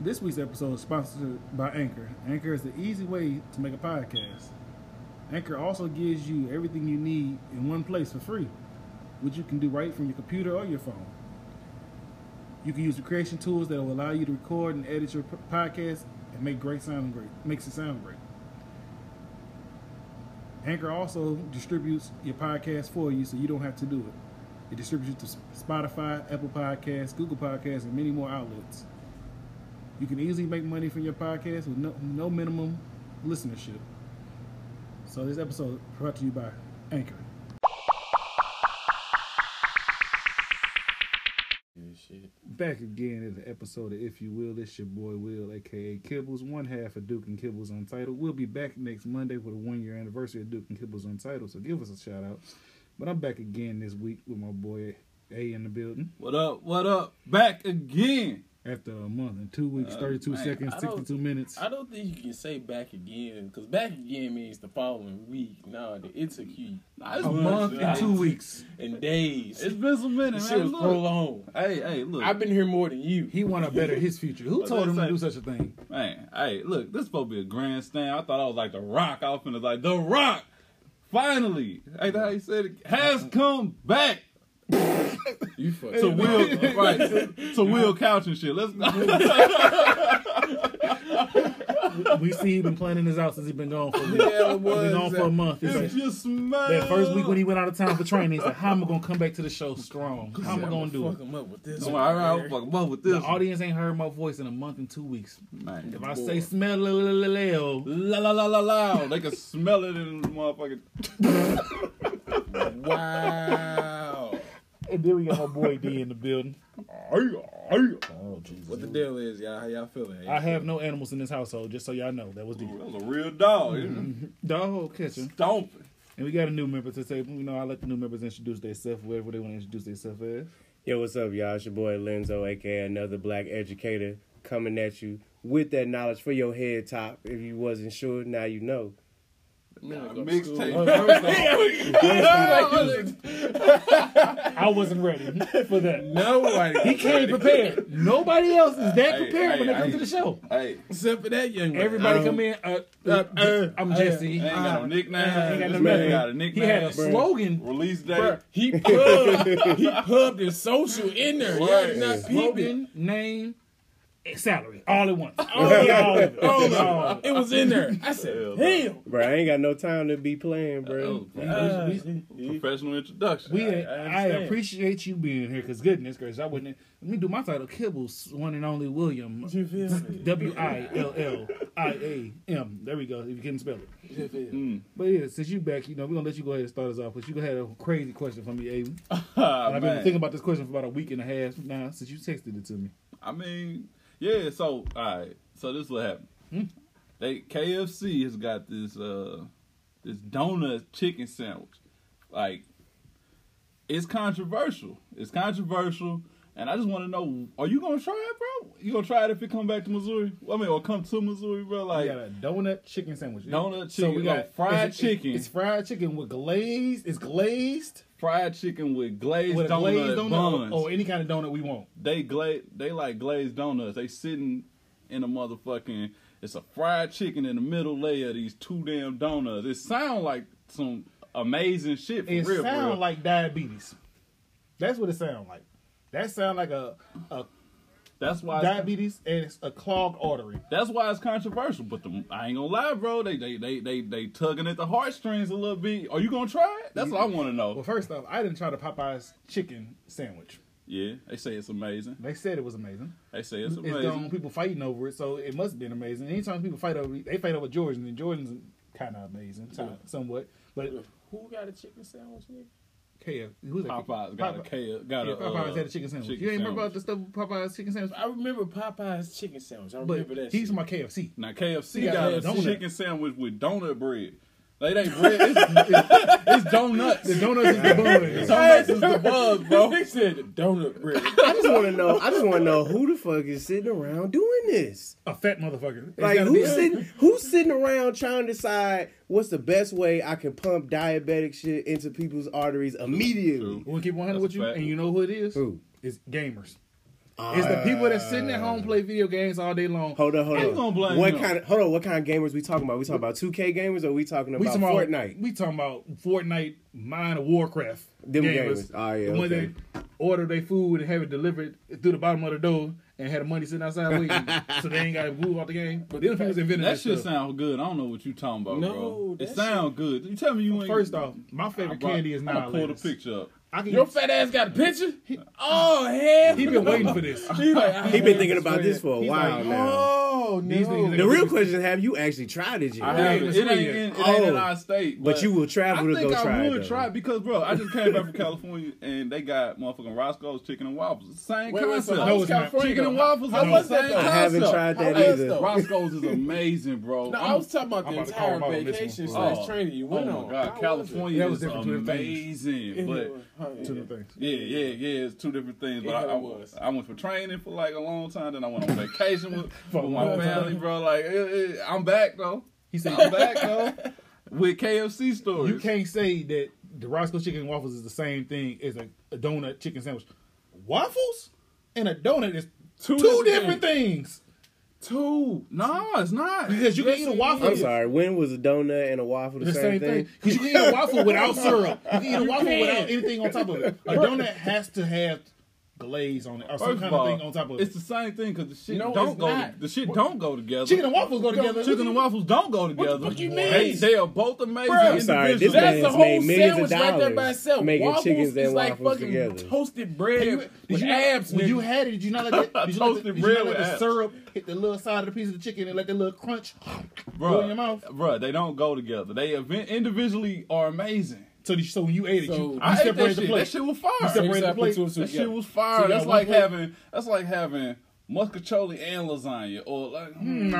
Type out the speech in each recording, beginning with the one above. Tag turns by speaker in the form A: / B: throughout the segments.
A: This week's episode is sponsored by Anchor. Anchor is the easy way to make a podcast. Anchor also gives you everything you need in one place for free, which you can do right from your computer or your phone. You can use the creation tools that will allow you to record and edit your p- podcast and make great sound great makes it sound great. Anchor also distributes your podcast for you, so you don't have to do it. It distributes it to Spotify, Apple Podcasts, Google Podcasts, and many more outlets. You can easily make money from your podcast with no, no minimum listenership. So this episode is brought to you by Anchor. Back again in the episode of If You Will. This your boy Will, aka Kibbles, one half of Duke and Kibbles Untitled. We'll be back next Monday for the one year anniversary of Duke and Kibbles Untitled, so give us a shout out. But I'm back again this week with my boy A in the building.
B: What up? What up? Back again.
A: After a month and two weeks,
B: Uh,
A: 32
B: man,
A: seconds,
C: I don't-
A: 62 minutes.
C: I don't think you can say back again because back again means the following week. No, it's a key
B: Nah, it's
A: a
B: been-
A: Oh, month and two weeks.
C: and days.
B: It's been some minute,
C: This shit
B: man. Look.
C: was prolonged.
B: Hey, hey, look,
C: I've been here more than you.
A: He want to better his future. Who
B: What's
A: told
B: that
A: him to
B: say?
A: do such a thing?
B: man. Hey, look, this supposed to be a grandstand. I thought I was like the Rock. I was finna like the Rock. Finally, hey, that he said it has
A: Uh-huh.
B: come back
C: You fuck.
B: to Will, right? To Will Couch and shit. Let's
A: We see he been planning this out since he been gone for a minute.
C: yeah, it
A: Been gone
C: was.
A: for a month. He's like,
B: if you smell
A: that first week when he went out of town for training, he's like, "How am I gonna come back to the show strong? How am I gonna do
C: fuck
A: it?"
C: him up with this.
B: I'm like, all right, I'm
C: right
B: fucking up with this.
A: The
B: one.
A: audience ain't heard my voice in a month and two weeks. If
B: Man.
A: I say smell la la la la la,
B: La la la la la. They can smell it in the motherfucking.
C: Wow.
A: and then we got my boy D in the building. Oh
C: what the
A: Jesus!
C: deal is, y'all? How y'all feeling?
A: I have no animals in this household, just so y'all know. That was D.
B: That was a real dog.
A: Mm-hmm.
B: mm
A: Dog kitchen,
B: Stomping.
A: and we got a new member to the table. You know, I let the new members introduce themselves, wherever they want to introduce themselves as.
D: Yo, what's up, y'all? It's your boy Lenzo, aka another black educator, coming at you with that knowledge for your head top. If you wasn't sure, now you know.
C: Man, I go to school.
A: Oh,
B: Mixtape.
A: I wasn't ready for that.
C: Nobody.
A: He came prepared. Nobody else is that
B: Hey,
A: prepared when they
B: hey,
A: come to
B: hey.
A: the show.
B: Hey,
C: Except for that young man.
A: Everybody
C: Um,
A: come in. Uh, uh,
C: uh,
A: I'm
C: uh,
A: Jesse.
B: he ain't got no nickname.
A: ain't got no
B: this man
A: nickname.
B: got a
A: Ah, he
B: nickname.
A: had a slogan.
B: release date.
C: Bruh, He pubbed. he pubbed his social in there.
B: Right.
C: Right. You're not peeping.
A: Slogan, name, and salary, all at once.
C: All of it.
A: All of it.
C: All of it.
A: All of it.
C: It was in there. I said, damn.
D: Bro, I ain't got no time to be playing, bro.
B: Oh,
C: Uh,
B: professional introduction.
A: We, I,
C: I understand.
A: appreciate you being here because goodness gracious, I wouldn't. Let me do my title. Kibbles, one and only William.
C: You feel me?
A: W I L L I A M. There we go. If you can spell it.
C: You feel me?
B: Mm.
A: But yeah, since you back, you know we're gonna let you go ahead and start us off. But you go ahead a crazy question for me, Aiden.
B: Ah,
A: I've been
B: man.
A: thinking about this question for about a week and a half now since you texted it to me.
B: I mean, yeah. So, all right. So this will happen.
A: Hmm?
B: They KFC has got this uh this donut chicken sandwich. Like, it's controversial. It's controversial, and I just want to know: Are you gonna try it, bro? You gonna try it if it come back to Missouri? I mean, or come to Missouri, bro?
A: We
B: Like,
A: got a donut chicken sandwich.
B: Donut chicken, oh, fried
A: it's-
B: chicken.
A: It's fried chicken with glazed. It's glazed
B: fried chicken with glazed
A: with a
B: donut
A: glazed donut Oh,
B: buns.
A: or or any kind of donut we want.
B: They gla- they like glazed donuts. They sitting in a motherfucking. It's a fried chicken in the middle layer of these two damn donuts. It sound like some amazing shit for
A: It
B: real. for real.
A: sounds like diabetes. That's what it sounds like. That sound like a, a
B: that's why. It's,
A: diabetes and it's a clogged artery.
B: that's why it's controversial. But the, I ain't gonna lie, bro. They they they they they tugging at the heartstrings a little bit. Are you gonna try it? That's what I want to
A: Well,
B: know.
A: first off, I didn't try the Popeyes chicken sandwich.
B: Yeah, they say it's amazing.
A: They said it was amazing.
B: They say it's
A: It's gone
B: amazing.
A: people fighting over it, so it must have been amazing. Anytime people fight over, they fight over Jordan, and Jordan's kind of amazing, ti- somewhat. But
C: Who got a chicken sandwich, nigga?
A: KF, who's that?
B: Popeyes got a
A: Popeye-
B: K. Got
A: Yeah,
B: a
A: Popeyes
B: uh,
A: had a chicken sandwich.
B: chicken
A: you ain't
B: sandwich.
A: remember about the stuff with Popeyes chicken sandwich?
C: I remember Popeye's chicken sandwich. I
A: But
C: remember that.
A: he's
C: shit.
A: my KFC.
B: Now KFC
A: He got
B: got,
A: a
B: a
A: donut.
B: chicken sandwich with donut bread. They they bread. It's, it's, it's donuts.
A: The donuts is the bun.
B: Donuts is the buzz, bro.
C: They said the donut bread.
D: I just want to know. I just want to know who the fuck is sitting around doing this.
A: A fat motherfucker. It's
D: Like
A: gotta be
D: who's
A: a-
D: sitting who's sitting around trying to decide what's the best way I can pump diabetic shit into people's arteries immediately.
A: We'll keep 100
B: That's
A: with
B: a
A: you,
B: fact.
A: and you know who it is?
D: Who?
A: It's gamers. It's the people that sitting at home play video games all day long.
D: Hold on, hold
B: How you
D: on.
B: gonna blame
D: what
B: him?
D: kind of hold on? What kind of gamers we talking about? We talking about 2K gamers or we talking about
A: talking
D: Fortnite?
A: We talking about Fortnite, Mind of Warcraft.
D: Them gamers.
A: games.
D: Ah, yeah,
A: The ones
D: okay.
A: that order their food and have it delivered through the bottom of the door and had the money sitting outside waiting, so they ain't got to move out the game. But the other people invented
B: That
A: that,
B: shit
A: shit.
B: sound good. I don't know what you talking about,
C: No,
B: bro.
C: that
B: It sound good. You tell me you ain't.
A: First off, my
B: I
A: favorite
B: brought-
A: candy is
B: I'm gonna
A: now.
B: Pull the picture up.
A: I can.
C: Your fat ass got a picture? Oh hell!
A: he been waiting for this.
C: He like, I
D: He been
C: had-
D: thinking about this for a
A: He's
D: while
A: like,
D: now.
C: Oh
A: These
C: no!
A: niggas-
D: The real question is, have you actually tried it yet?
B: I
A: It ain't in
B: have it. It ain't
A: Australia.
B: in, it ain't in
D: Oh.
B: our state.
D: But you will travel to
B: I think
D: go
B: I
D: try it,
B: would
D: though.
B: try it because, bro, I just came back from California and they got motherfucking Roscoe's chicken and waffles. Same
C: Wait, wait, so
B: concept.
C: how
A: No,
C: was
A: it's not.
C: California
B: chicken and
C: though?
B: waffles.
C: How
B: are
C: was
B: the
C: that
B: same
C: though?
D: I haven't
B: concept.
D: tried that
C: How was
D: either.
C: though?
B: Roscoe's is amazing, bro.
C: No,
B: I'm-
C: i was talking about
A: I'm
C: the
A: about to call
C: entire
A: him out on this
C: vacation
A: one.
C: slash
B: Oh.
C: training you
B: Oh
C: went on.
B: my
C: How
B: god,
C: was
B: California
A: That was
B: is
A: different from the
B: amazing.
C: it?
B: But
C: Oh, yeah.
A: Two different things.
B: yeah, yeah, yeah, it's two different things. But
C: Yeah,
B: I, I
C: it was.
B: I went for training for like a long time. Then I went on vacation with,
A: For a
B: with my
A: long time.
B: family, bro. Like it, it, I'm back though.
A: He said,
B: I'm back though with KFC stories.
A: "You can't say that the Roscoe chicken and waffles is the same thing as a, a donut chicken sandwich. Waffles and a donut is two, different things.
B: Two. No, it's not.
A: Because you can eat a waffle.
D: I'm sorry. When was a donut and a waffle the,
A: The
D: same, thing?
A: Because you can eat a waffle without syrup. You can eat a waffle
C: can.
A: without anything on top of it. A donut has to have glaze on it or some
B: First
A: kind
B: of all,
A: of thing on top of
B: it's
A: it.
B: the same thing because the shit
C: No,
B: don't
C: it's
B: go.
C: not.
B: The shit don't go together.
A: Chicken and waffles go together.
B: Chicken and waffles don't go together.
C: fuck you
B: They,
C: mean?
B: they are both amazing.
C: Bruh,
D: I'm sorry, this
B: individuals.
C: That's
D: man's
C: the
D: made
C: whole
D: millions
C: sandwich
D: of
C: right there by
D: dollars
C: itself.
D: making
C: waffles
D: chickens and
C: is like
D: waffles
C: fucking
D: together.
C: toasted bread with
A: you,
C: abs.
A: when
C: nigga.
A: you had it, did you not let that, did you let the,
B: Toasted
A: did you
B: bread
A: not let
B: with
A: the
B: abs.
A: syrup hit the little side of the piece of the chicken and let that little crunch go
B: Bruh,
A: in your mouth?
B: bruh, they don't go together. They event, individually are amazing.
A: So, you- so when you ate it,
C: So-
A: you, you
B: I ate that
A: separated the
B: shit.
A: plate.
B: That shit was fire.
A: separated
C: Except
A: the
C: for
A: plate.
C: two and two
B: That shit
C: together.
B: was
A: So
B: fire.
A: you
B: that's
A: got
B: like
A: one plate?
B: having that's like having muscatoli and lasagna or like hmm,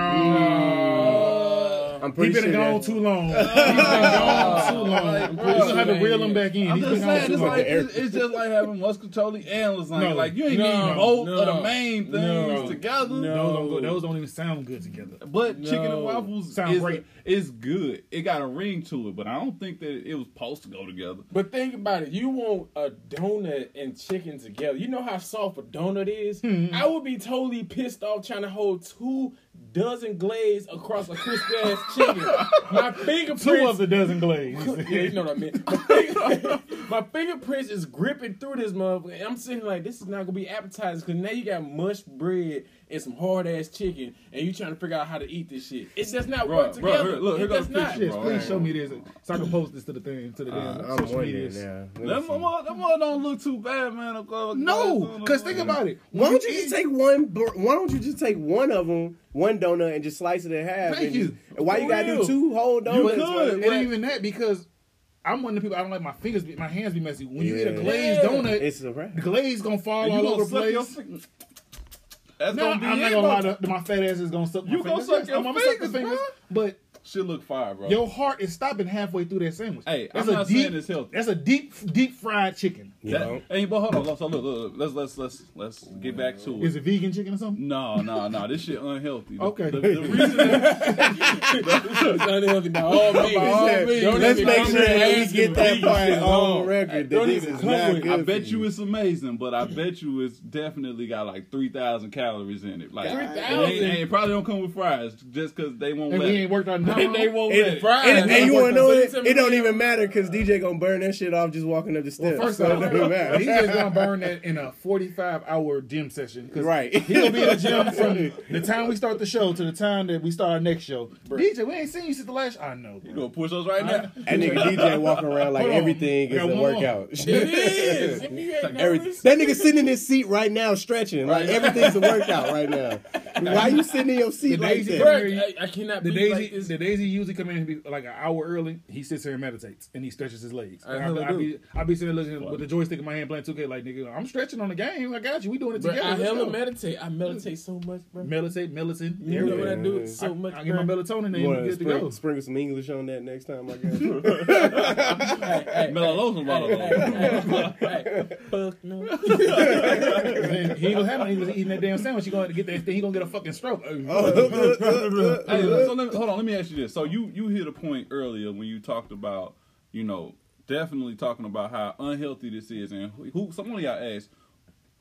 D: I'm
A: He
D: pretty
A: been
D: sure.
A: gone
D: that-
A: too long. He been gone too long.
B: Oh, Like,
A: We're
B: bro,
A: gonna have to reel him
C: man.
A: back in.
B: I'm
A: He's been
B: just
A: gone
B: saying,
A: too
B: it's
A: long.
B: like it's, it's just like having muscatoli and lasagna.
A: No,
B: like you ain't
C: no,
B: eating both
C: no,
B: of the main things
C: no,
B: together.
A: Those
C: no.
A: don't, go, those don't even sound good together.
B: But chicken and
C: No.
B: waffles
A: Sound
B: is,
A: great.
B: is good. It got a ring to it, but I don't think that it was supposed to go together.
C: But think about it. You want a donut and chicken together. You know how soft a donut is?
B: Hmm.
C: I would be totally pissed off trying to hold two dozen glaze across a crisp ass chicken. My fingerprints.
A: Two of the dozen glaze.
C: yeah, you know what I mean. My, finger, my fingerprints is gripping through this motherfucker. And I'm sitting like, this is not gonna be appetizing because now you got mush bread and some hard ass chicken, and you trying to figure out how to eat this shit. It does not
B: Bruh,
C: work
B: bruh,
C: together.
B: here- look, here
C: it
B: goes
C: does
B: the
C: not.
B: picture,
A: Yes,
B: bro.
A: please show me this so I can post this to the thing to the damn
D: Uh, I'm
A: social
D: wondering
A: media.
D: now. Let me
B: That
D: see.
B: mother, that mother don't look too bad, man. I'm glad-
A: No, because think about it.
D: Why don't you just take one? bur- Why don't you just take one of them, one donut, and just slice it in half?
A: Thank
D: and
A: you.
D: just- why you
C: For
D: gotta
C: real.
D: do two whole donuts?
B: could,
A: And
B: Right.
A: even that, because I'm one of the people I don't like my fingers, be, my hands be messy. When you eat a
D: Yeah.
A: glazed
C: Yeah.
A: donut,
D: It's a wrap.
A: the glaze gonna fall
B: And you
A: all
B: gonna
A: over the
B: suck
A: place.
B: your fing- That's
A: No,
B: gonna
A: I'm
B: be
A: not
B: it,
A: gonna lie,
B: bro.
A: to, my fat ass is gonna suck. My
B: You gonna
A: fingers.
B: suck
A: Yes,
B: your
A: I'm gonna suck the
B: fingers,
A: fingers,
B: bruh.
A: but
B: Shit look fire, bro.
A: Your heart is stopping halfway through that sandwich.
B: Hey,
A: that's
B: I'm
A: a
B: not
A: deep,
B: saying it's healthy.
A: That's a deep, deep fried chicken.
B: That-
D: You know?
B: Hey, but hold on. So look, look, look, let's let's let's let's get back to
A: Is
B: it.
A: it vegan chicken or something?
B: No, no, no. This shit unhealthy. The-
A: Okay.
B: The, the reason
C: It's unhealthy by all means.
B: By all means.
C: Don't
D: Let's
C: even
D: make
C: come
D: sure
C: here
D: that we
C: asking
D: get that
C: me
D: part
C: shit.
D: on
C: No.
D: record. That
C: Don't
D: this
C: even
D: is
C: come
D: not
C: with-
D: good.
B: I
D: for
B: bet you
D: you.
B: it's amazing, but I bet you it's definitely got like three thousand calories in it. Like
C: 3,000?
B: and they- and it probably don't come with fries just because they won't
A: And
B: let
A: we
B: it.
A: ain't worked on
B: They,
A: nothing.
B: they won't
D: And,
B: let it.
C: fries.
D: and- and
C: That's
D: you wanna know
C: what
D: it?
C: I'm
D: It don't
C: saying.
D: even matter because DJ gonna burn that shit off just walking up the steps.
A: First
D: so
A: off,
D: it don't
A: he's
D: matter.
A: just gonna burn that in a forty-five hour gym session. 'cause
D: Right.
A: He gonna be in the gym from the time we start the show to the time that we start our next show. DJ, we ain't seen you since the last. I know.
B: You
A: bro.
B: gonna push us right now?
D: That nigga DJ walking around like
A: Hold on.
D: everything
A: I
D: is
A: got
D: a
A: one more.
D: workout.
C: It is. If you ain't
D: Every,
C: noticed.
D: that nigga sitting in his seat right now stretching. Like
B: Right.
D: everything's a workout right now. Why you sitting in your seat
A: The
D: like
A: days he
D: that?
A: worked-
C: Bruh, I, I cannot
A: The
C: be
A: days,
C: like
A: he,
C: this.
A: the days he usually come in and be like an hour early, he sits here and meditates and he stretches his legs.
C: I
A: And
C: hella
A: I, I, be,
C: do.
A: I be sitting there looking with the joystick in my hand playing 2K like nigga, I'm stretching on the game. I got you. We doing it
C: Bruh,
A: together.
C: I
A: Let's
C: hella
A: go.
C: meditate. I meditate so much, bro.
A: Meditate, Millicent.
C: you know what I
A: everything.
C: do? It's so much.
A: I get my
C: bruh.
A: melatonin
D: You
A: and
D: wanna
A: we're good to
D: sprinkle,
A: go.
D: sprinkle some English on that next time, I guess.
C: Hey, hey,
B: Melalone's about
C: hey, hey, hey, hey. Fuck no.
A: And he ain't gonna have no English eating that damn sandwich. He gonna get that thing. He gonna get a fucking stroke. Oh.
B: Hey, so let me, hold on. Let me ask you this. So you you hit a point earlier when you talked about you know definitely talking about how unhealthy this is and who, who somebody I asked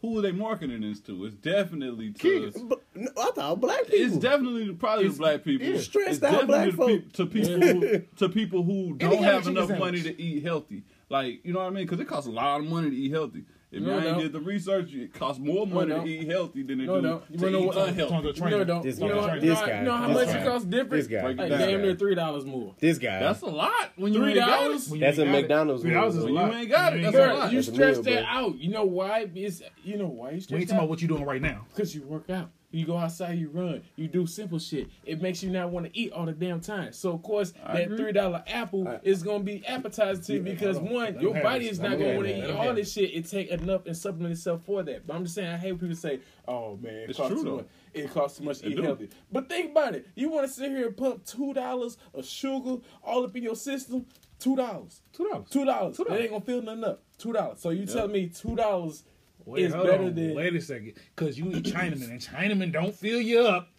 B: who are they marketing this to? It's definitely to
D: Kids. But, no, I thought black people.
B: It's definitely probably the black people.
D: it's stressed
B: It's
D: out
B: definitely
D: black
B: to, pe- to people who, to people who don't
C: kind of
B: have
C: chicken
B: enough money
C: sandwich.
B: to eat healthy. Like you know what I mean? Because it costs a lot of money to eat healthy. If
C: No,
B: you
C: it
B: ain't
C: don't.
B: did the research, it costs more money
C: don't.
B: to eat healthy than it
C: No, it
B: do
C: don't. You
B: to
C: wanna know
B: eat
C: what- Oh,
B: unhealthy.
C: You know, it don't.
D: This
C: you know,
D: guy.
C: how-
D: This
C: you
D: guy.
C: know how
D: This
C: much
D: guy.
C: it costs different?
D: This guy.
B: Like,
C: Like
B: This
C: damn
B: guy.
C: near three dollars more.
D: this guy.
B: That's a lot when you
C: Three
B: ain't got
C: dollars?
B: it.
A: When you
D: That's
A: ain't
D: a
A: got it.
D: McDonald's
A: Three dollars
D: meal,
A: is a
D: bro.
B: When
A: lot.
B: you ain't got it, that's a
A: Bruh,
B: lot.
C: you
D: That's a
C: stress
D: meal,
C: that
D: bro.
C: out. You know why? It's you know why you
A: We ain't
C: stress
A: talking about
C: out
A: what you doing right now.
C: because you work out. You go outside, you run, you do simple shit. It makes you not want to eat all the damn time. So of course, that
B: agree.
C: three dollar apple is gonna be appetizing to you because one, your
A: have
C: body
A: this.
C: is
A: I
C: not
A: don't
C: gonna
A: have
C: want
A: that.
C: to
A: I
C: eat
A: don't
C: all
A: have
C: this shit. It take enough and supplement itself for that. But I'm just saying, I hate when people say, "Oh man, it
B: It's
C: costs
B: true,
C: too
B: though.
C: much. It costs too much to
B: It
C: eat
B: do.
C: healthy." But think about it. You want to sit here and pump two dollars of sugar all up in your system? Two dollars.
A: Two dollars.
C: Two dollars. It ain't gonna fill nothing up. Two dollars. So you tell me two dollars
A: Wait,
C: is
A: hold
C: better
A: on.
C: than?
A: Wait a second, because you eat Chinaman and Chinaman don't fill you up.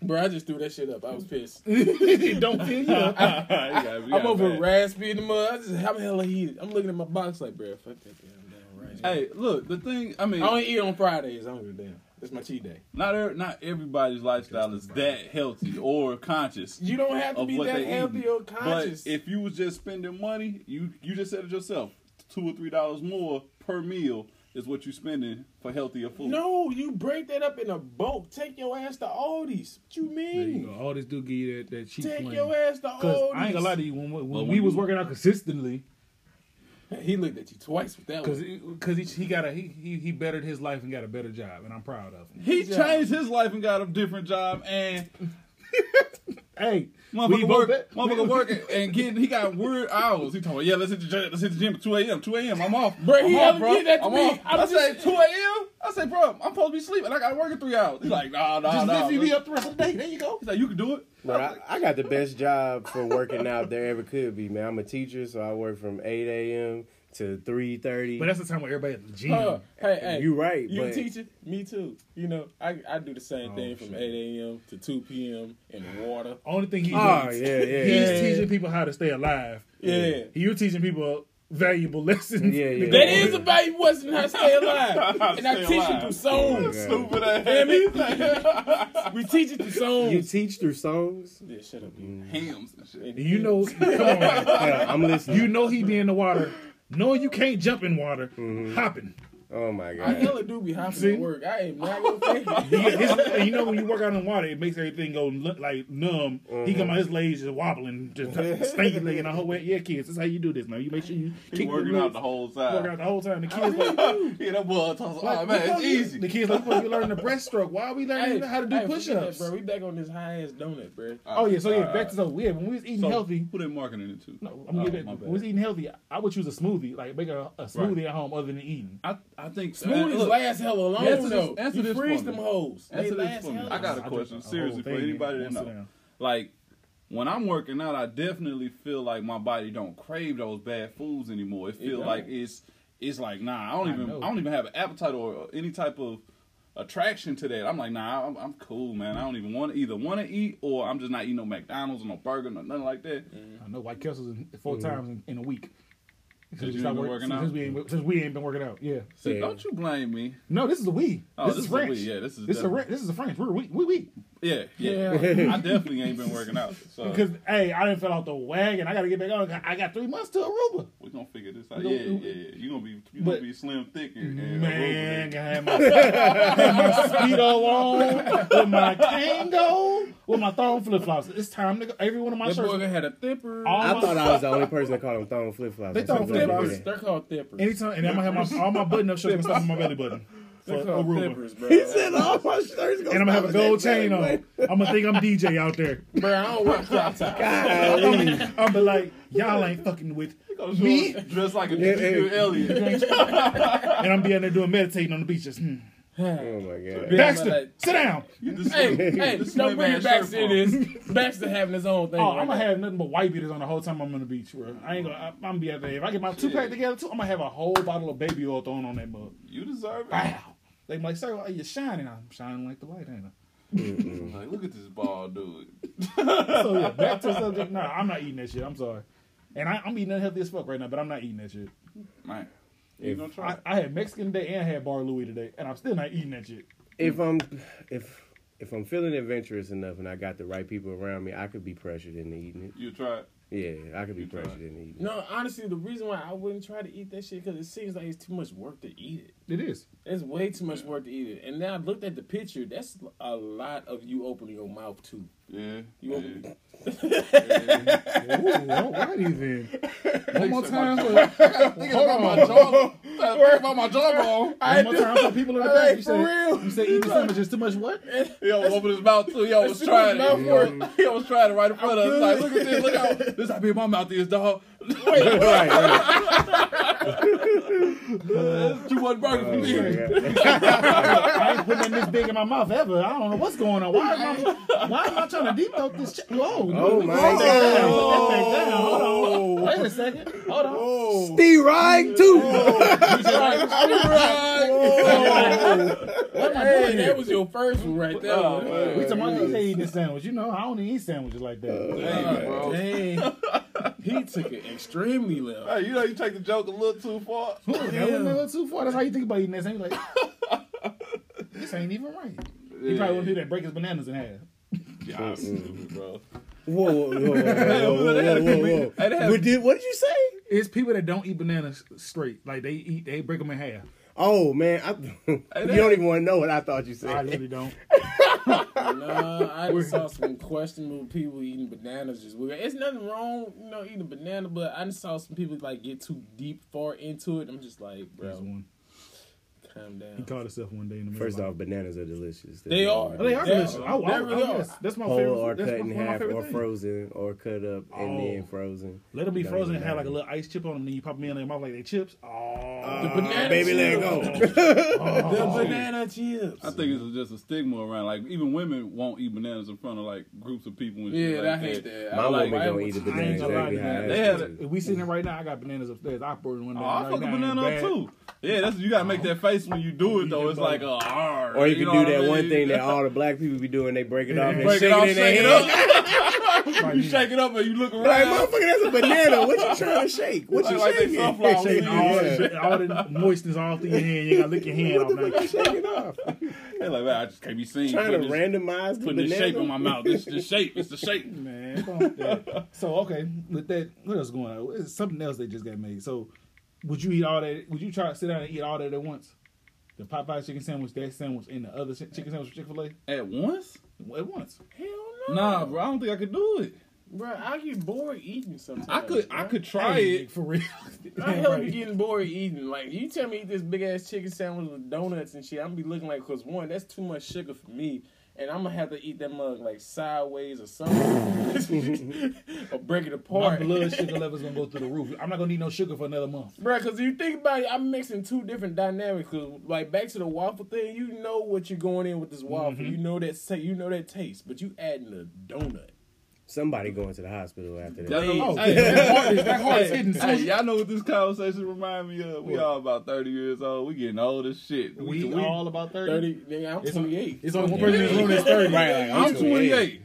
C: Bro, I just threw that shit up. I was pissed.
A: don't fill you up.
C: I'm over raspy in the mud. I just, I'm hella heated. I'm looking at my box like, bro, fuck that damn damn raspy.
B: Hey, look, the thing. I mean,
C: I only eat on Fridays. I don't give a damn. That's my cheat day.
B: not er- not everybody's lifestyle is that healthy or conscious.
C: You don't have to
B: of
C: be
B: what
C: that
B: they
C: healthy
B: eating.
C: or conscious.
B: But if you was just spending money, you you just said it yourself. Two or three dollars more per meal is what you spending for healthier food.
C: no, you break that up in a bulk. Take your ass to Aldi's. What you
A: There you
C: mean?
A: go. All this do give you that, that cheap
C: Take
A: plan.
C: your ass to
A: Cause
C: Aldi's.
A: I ain't gonna lie to you. When, when,
B: But
A: we
B: when
A: was
B: you-
A: working out consistently,
C: He looked at you twice with that
A: cause
C: one.
A: it- cause he, he got a he, he he bettered his life and got a better job, and I'm proud of him.
B: He
C: Good job.
B: changed his life and got a different job and
A: Hey, we
B: motherfucker
A: both
B: work,
A: bet-
B: motherfucker working and getting he got weird hours. He told me, yeah, let's hit the gym, let's hit the gym at two a.m. Two a.m. I'm off,
C: Bro, he
B: I'm
C: ever
B: off, bro.
C: did that to
B: I'm
C: me.
B: off.
C: I'm
B: I
C: just-
B: say two a.m. I say, bro, I'm supposed to be sleeping. I got to work in three hours. He's like, nah, nah,
A: Just
B: nah.
A: lift you
B: let's-
A: up throughout the day. There you go.
B: He's like, you can do it.
D: Bro, I, I got the best job for working out there ever could be, man. I'm a teacher, so I work from 8 a.m. to 3.30.
A: But that's the time where everybody at the gym.
C: Huh. Uh, Hey, hey.
D: you right,
C: You
D: but
C: a teacher? Me too. You know, I I do the same
A: Oh,
C: thing from eight a.m. to two p.m. in the water.
A: Only thing he
D: Oh,
A: does,
D: yeah, yeah,
A: he's
D: yeah.
A: teaching people how to stay alive.
C: Yeah.
A: you're teaching people valuable lessons.
D: Yeah, yeah.
C: That is about you wasn't how to stay alive. and I
B: Stay
C: teach
B: alive.
C: it through songs.
D: Yeah.
B: Stupid ass.
C: Damn it. we teach it through
D: you
C: songs.
D: teach through songs?
C: Yeah, shut up, you.
B: Hams and shit.
A: You know, come on, man.
D: Hell, I'm listening.
A: you know he be in the water. No, you can't jump in water. Hopping.
D: oh, my
C: I
D: God.
C: hella do be hopping
A: See?
C: at work. I am not gonna take
A: You
C: it.
A: get- his- you know when you work out in water, it makes everything go lu- like numb. He come out his legs just wobbling, just
C: Mm-hmm.
A: stanky leg and the whole way. Yeah, kids, that's how you do this. Now you make sure you
B: He
A: keep
B: working
A: your
B: out
A: legs-
B: the whole
A: work
B: time.
A: out the whole time. The kids like,
B: Yeah, that boy talks. Oh
A: like,
B: man,
A: "Fuck
B: it's
A: you." The
B: easy.
A: kids like, "Fuck, you learning the breaststroke. Why are we learning how to do
C: hey, forget that,
A: push-ups?
C: bro. We back on this high ass donut, bro.
A: Oh yeah, so yeah,
B: Uh,
A: back to the yeah. When we was eating
B: so,
A: healthy,
B: Who they marketing it to?
A: no, I'm gonna
B: Oh,
A: give it.
B: my
A: When
B: bad.
A: we was eating healthy, I would choose a smoothie, like make a, a smoothie at home other than eating.
B: I I think uh,
C: Smoothies
B: look,
C: last hella long
B: answer this-
C: though.
B: answer
C: you
B: this
C: freeze
B: for me.
C: them hoes. They
B: Answer this
C: last
B: for me.
C: hella
B: I oh, got a
A: I
B: question,
A: just- a
B: seriously,
A: whole
B: for
A: thing,
B: anybody
A: yeah,
B: that
A: one
B: know.
A: sitting.
B: Like, when I'm working out, I definitely feel like my body don't crave those bad foods anymore. It feels
C: don't.
B: like it's it's like nah, I don't
A: I
B: even
A: know.
B: I don't even have an appetite or any type of attraction to that. I'm like nah, I'm, I'm cool, man. I don't even want to either want to eat or I'm just not eating no McDonald's or no burger or nothing like that.
A: I know White Castle's in, 4 times in, in a week.
B: Mm-hmm.
A: Since we,
B: you ain't
A: stopped
B: been
A: work-
B: working
A: since,
B: out?
A: we ain't, since we ain't been working out, yeah.
B: See,
D: Yeah.
B: don't you blame me.
A: No, this is a we.
B: Oh,
A: this, is
B: this is a
A: French.
B: we, yeah, this is
A: this is a
B: definitely-
A: French. This is a French. We're we we we.
B: Yeah, yeah. I definitely ain't been working out. So
A: Because hey, I didn't fell off the wagon. I got to get back on. I got three months to Aruba.
B: we gonna figure this out.
A: We
B: Yeah,
A: gonna-
B: yeah, yeah. You gonna be you
A: But-
B: gonna be slim thick and, and
A: Man,
B: man.
A: I had my, had my speedo on with my tango with my thong flip flops. It's time to go. Every one of my
C: That boy
A: shirts.
C: done had a thipper.
A: All
D: I
A: my-
D: thought I was the only person that called them thong flip-flops.
A: They
D: I'm so
A: thong
D: glad you
A: flip-flops.
D: did that.
C: They're called thippers.
A: anytime, and I'm gonna have my all my button up shirts and stuff on my belly button for
C: They're called
A: Aruba.
C: thippers, bro.
D: He said all my shirts gonna
A: And I'm gonna have a
D: stop at
A: gold
D: that
A: chain on.
D: belly
A: I'm gonna think I'm DJ out there.
C: Bro, I don't want crop top.
D: button. Golly.
A: I'm be like, y'all ain't fucking with me. And
B: Dressed like a
D: Yeah, yeah.
B: Ezekiel Elliott.
A: I'm be out there doing meditating on the beach. Just, hmm.
D: Oh, my God.
C: Yeah,
A: Baxter,
C: but like-
A: sit down.
C: hey, hey,
B: This
C: don't
B: slim
C: bring
B: ass
C: it back to
B: shirt
C: this. Baxter having his own thing.
A: Oh, I'm
C: right
A: gonna
C: now.
A: have nothing but white beaters on the whole time I'm on the beach, bro. I ain't gonna. I, I'm gonna be out there. If I get my two pack together too, I'm gonna have a whole bottle of baby oil thrown on that mug.
B: You deserve it.
A: Wow. They be like, sir, why you shining? I'm shining like the light, ain't
B: Like, look at this bald dude.
A: I? So yeah, back to the subject. Nah, I'm not eating that shit. I'm sorry. And I, I'm eating unhealthy as fuck right now, but I'm not eating that shit.
B: Man. You gonna try?
E: I,
B: it?
E: I had Mexican today and I had Bar Louie today, and I'm still not eating that shit.
D: if I'm if if I'm feeling adventurous enough and I got the right people around me, I could be pressured into eating it.
B: You try? it?
D: Yeah, I could be
B: You tried.
D: pressured into eating it.
C: No, honestly, the reason why I wouldn't try to eat that shit because it seems like it's too much work to eat it.
E: It is.
C: It's way too much work to eat it. And then I looked at the picture. That's a lot of you opening your mouth too.
B: Yeah.
C: You
B: yeah.
C: open.
E: Ooh, all righty then. One more time. For,
B: Thinking about my jaw. Thinking about my jawbone.
A: One more time for people in the back. You
C: Hey, for
A: said,
C: real.
A: you said eating sandwich is too much what?
B: He almost opened his mouth too. He almost
C: That's
B: tried
C: too much
B: it. He almost tried it right in front of us. Like, look at this. Look how this how big my mouth is, dog.
D: right, right.
B: That's too much burger for me.
A: I ain't putting nothing this big in my mouth ever. I don't know what's going on. Why am I, why am I trying to deep throat this shit? Whoa.
D: Oh
A: dude.
D: my
A: Put that
D: God.
B: Oh,
A: thing down. Hold on. Wait a second. Hold on.
D: Oh, Steve Reich too.
A: What am I
C: Hey,
A: doing
C: that
A: here?
C: was your first one right there.
B: Oh, man.
A: We tomorrow they eat this sandwich. You know, I don't eat sandwiches like
D: Uh,
A: that.
B: Hey, bro.
C: Dang. he took it extremely left.
B: Hey, you know you take the joke a little too far.
A: Ooh, that went a little too far. That's how you think about eating that sandwich. Like, this ain't even right. He probably wouldn't do that. Break his bananas in half.
B: Yeah, I'm stupid, bro.
D: Whoa, whoa, whoa, whoa, whoa, whoa, whoa, whoa. What did what did you say?
A: It's people that don't eat bananas straight. Like they eat, they break them in half.
D: Oh man, I, you don't even want to know what I thought you
A: I
D: said.
A: really don't.
C: Nah, I just saw some questionable people eating bananas just weird. It's nothing wrong, you know, eating a banana, but I just saw some people like get too deep far into it. I'm just like,
A: There's
C: bro,
A: one.
C: calm
A: He
C: down.
A: caught himself one day in the middle.
D: First off, bananas are delicious.
C: They are.
A: Oh, they are
C: They
A: delicious.
C: are.
A: I, I,
C: They really
A: I-
C: are.
A: yes, that's my
D: Whole
A: favorite.
D: or
A: that's
D: cut
A: one
D: in
A: of my
D: half,
A: favorite
D: or
A: things.
D: frozen, or cut up and then
A: Oh.
D: frozen.
A: Let them be
D: Don't
A: frozen
D: even
A: and have like
D: matter.
A: a little ice chip on them, then you pop them in their mouth like they chips.
D: Uh,
A: Oh,
C: The banana
D: Ah, baby, let
C: chips.
D: go.
C: The banana chips.
B: I think it's just a stigma around. Like even women won't eat bananas in front of like groups of people. And
C: Yeah,
B: shit
C: I
B: like that.
C: hate that.
D: My
C: I like,
D: woman
C: why
D: gonna
C: would
D: eat a
C: you-
A: I
D: banana
A: ain't gonna lie
D: exactly
A: to
D: how
A: you, man.
B: They
D: I
B: had
D: asked
B: a-
D: you
A: if we sitting right now, I got bananas upstairs. I poured one
B: Oh,
A: down.
B: I
A: right
B: fuck a
A: now.
B: banana
A: Ain't bad.
B: up too. Yeah, that's you gotta make that face when you do it though. It's like a
D: to.
B: "Arr,"
D: Or you can
B: know
D: do
B: what I
D: that one
B: mean?
D: thing that all the black people be doing. They break it off and
B: Break it
D: shake it
B: off,
D: in their
B: shake it
D: hand.
B: up. you shake it up and you look around.
D: Like, motherfucker, that's a banana. What you trying to shake? What you
B: Like- like they
D: shaking?
B: sunflower
D: Yeah,
A: Shake all,
D: yeah.
A: the, all the moistness all through your hand. You gotta lick your hand off.
D: What the fuck you
A: Like,
D: shaking off?
B: They're like, man, I just can't be seen.
D: Trying to
B: putting this,
D: randomize the
B: putting this shape in my
D: banana.
B: mouth. This the shape. It's the shape.
A: man, bump that. so okay, with that, what else going on? It's something else they just got made. So, would you eat all that? Would you try to sit down and eat all that at once? The Popeye chicken sandwich, that sandwich, and the other chi- chicken sandwich from Chick Fil A
B: At once?
A: at once.
C: Hell no.
B: Nah, bro. I don't think I could do it.
C: Bro, I get bored eating sometimes.
B: I could. I
C: bro.
B: could try
A: Hey,
B: it.
A: for real.
C: I hell be
A: Right.
C: getting bored eating. Like you tell me eat this big ass chicken sandwich with donuts and shit, I'm gonna be looking like, cause one, that's too much sugar for me, and I'm gonna have to eat that mug like sideways or something, or break it
A: My
C: apart.
A: blood sugar level's gonna go through the roof. I'm not gonna need no sugar for another month.
C: Bro, cause you think about it, I'm mixing two different dynamics. 'cause, like back to the waffle thing, you know what you're going in with this waffle. You know that say, you know that taste, but you adding a donut.
D: Somebody going to the hospital after that.
B: That's-
A: Oh,
B: hey,
A: that heart is, that heart is hitting.
B: Hey, y'all know what this conversation remind me of? We all about thirty years old. We getting old as shit.
A: we all about 30.
C: Thirty, nigga, I'm 28.
A: It's only one person in the room that's 30.
D: Right, like,
B: I'm twenty eight.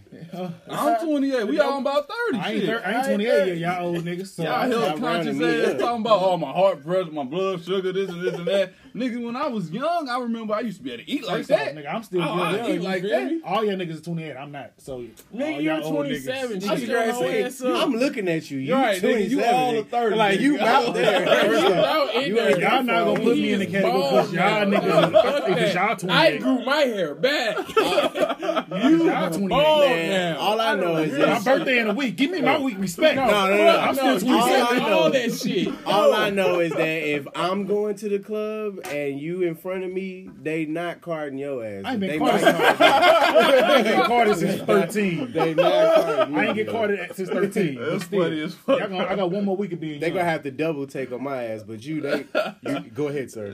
B: I'm twenty eight. We all about thirty.
A: I ain't,
B: shit.
A: thir- I ain't 28 yet, y'all old niggas. So
B: Y'all
A: I,
B: health
D: Stop rounding
B: conscious
D: me
B: ass
D: up.
B: talking about oh my heart pressure, my blood sugar, this and this and that. Nigga, when I was young, I remember I used to be able to eat like
A: first off,
B: that.
A: nigga, I'm still
B: Oh, I
A: young.
B: eat like
C: feel
B: that.
C: me?
A: All y'all niggas is 28. I'm not. So all
C: Nigga,
A: y'all
C: you're
A: old
C: 27.
A: niggas-
C: Shut your
D: I'm
C: whole ass up.
D: I'm looking at you. You
B: right, nigga. You
D: 27,
B: all
D: nigga.
B: a 30,
D: Like you
B: nigga.
D: out there.
C: Y'all in there.
A: Y'all not gonna put me in the category because y'all
C: Bald,
A: niggas.
C: man.
A: are- Because y'all 28.
C: I grew my hair back.
A: Y'all 28.
C: bald.
D: Man,
C: now.
D: all I know is
A: My
D: this.
A: birthday in a week. Give me my week respect.
D: No, no, no.
A: I'm still
C: no, you
A: 27.
C: said
D: I
C: all
D: know.
C: that shit.
D: All I know is that if I'm going to the club and you in front of me, they not carding your ass.
A: I ain't
D: they
A: been
D: might
A: carded. I ain't been carded since 13.
D: They not carding
A: I ain't get
D: you.
A: carded at- since 13. but
B: That's
A: still,
B: funny as fuck.
A: y'all gonna- I got one more week of being
D: They
A: young.
D: gonna have to double take on my ass, but you they you go ahead, sir.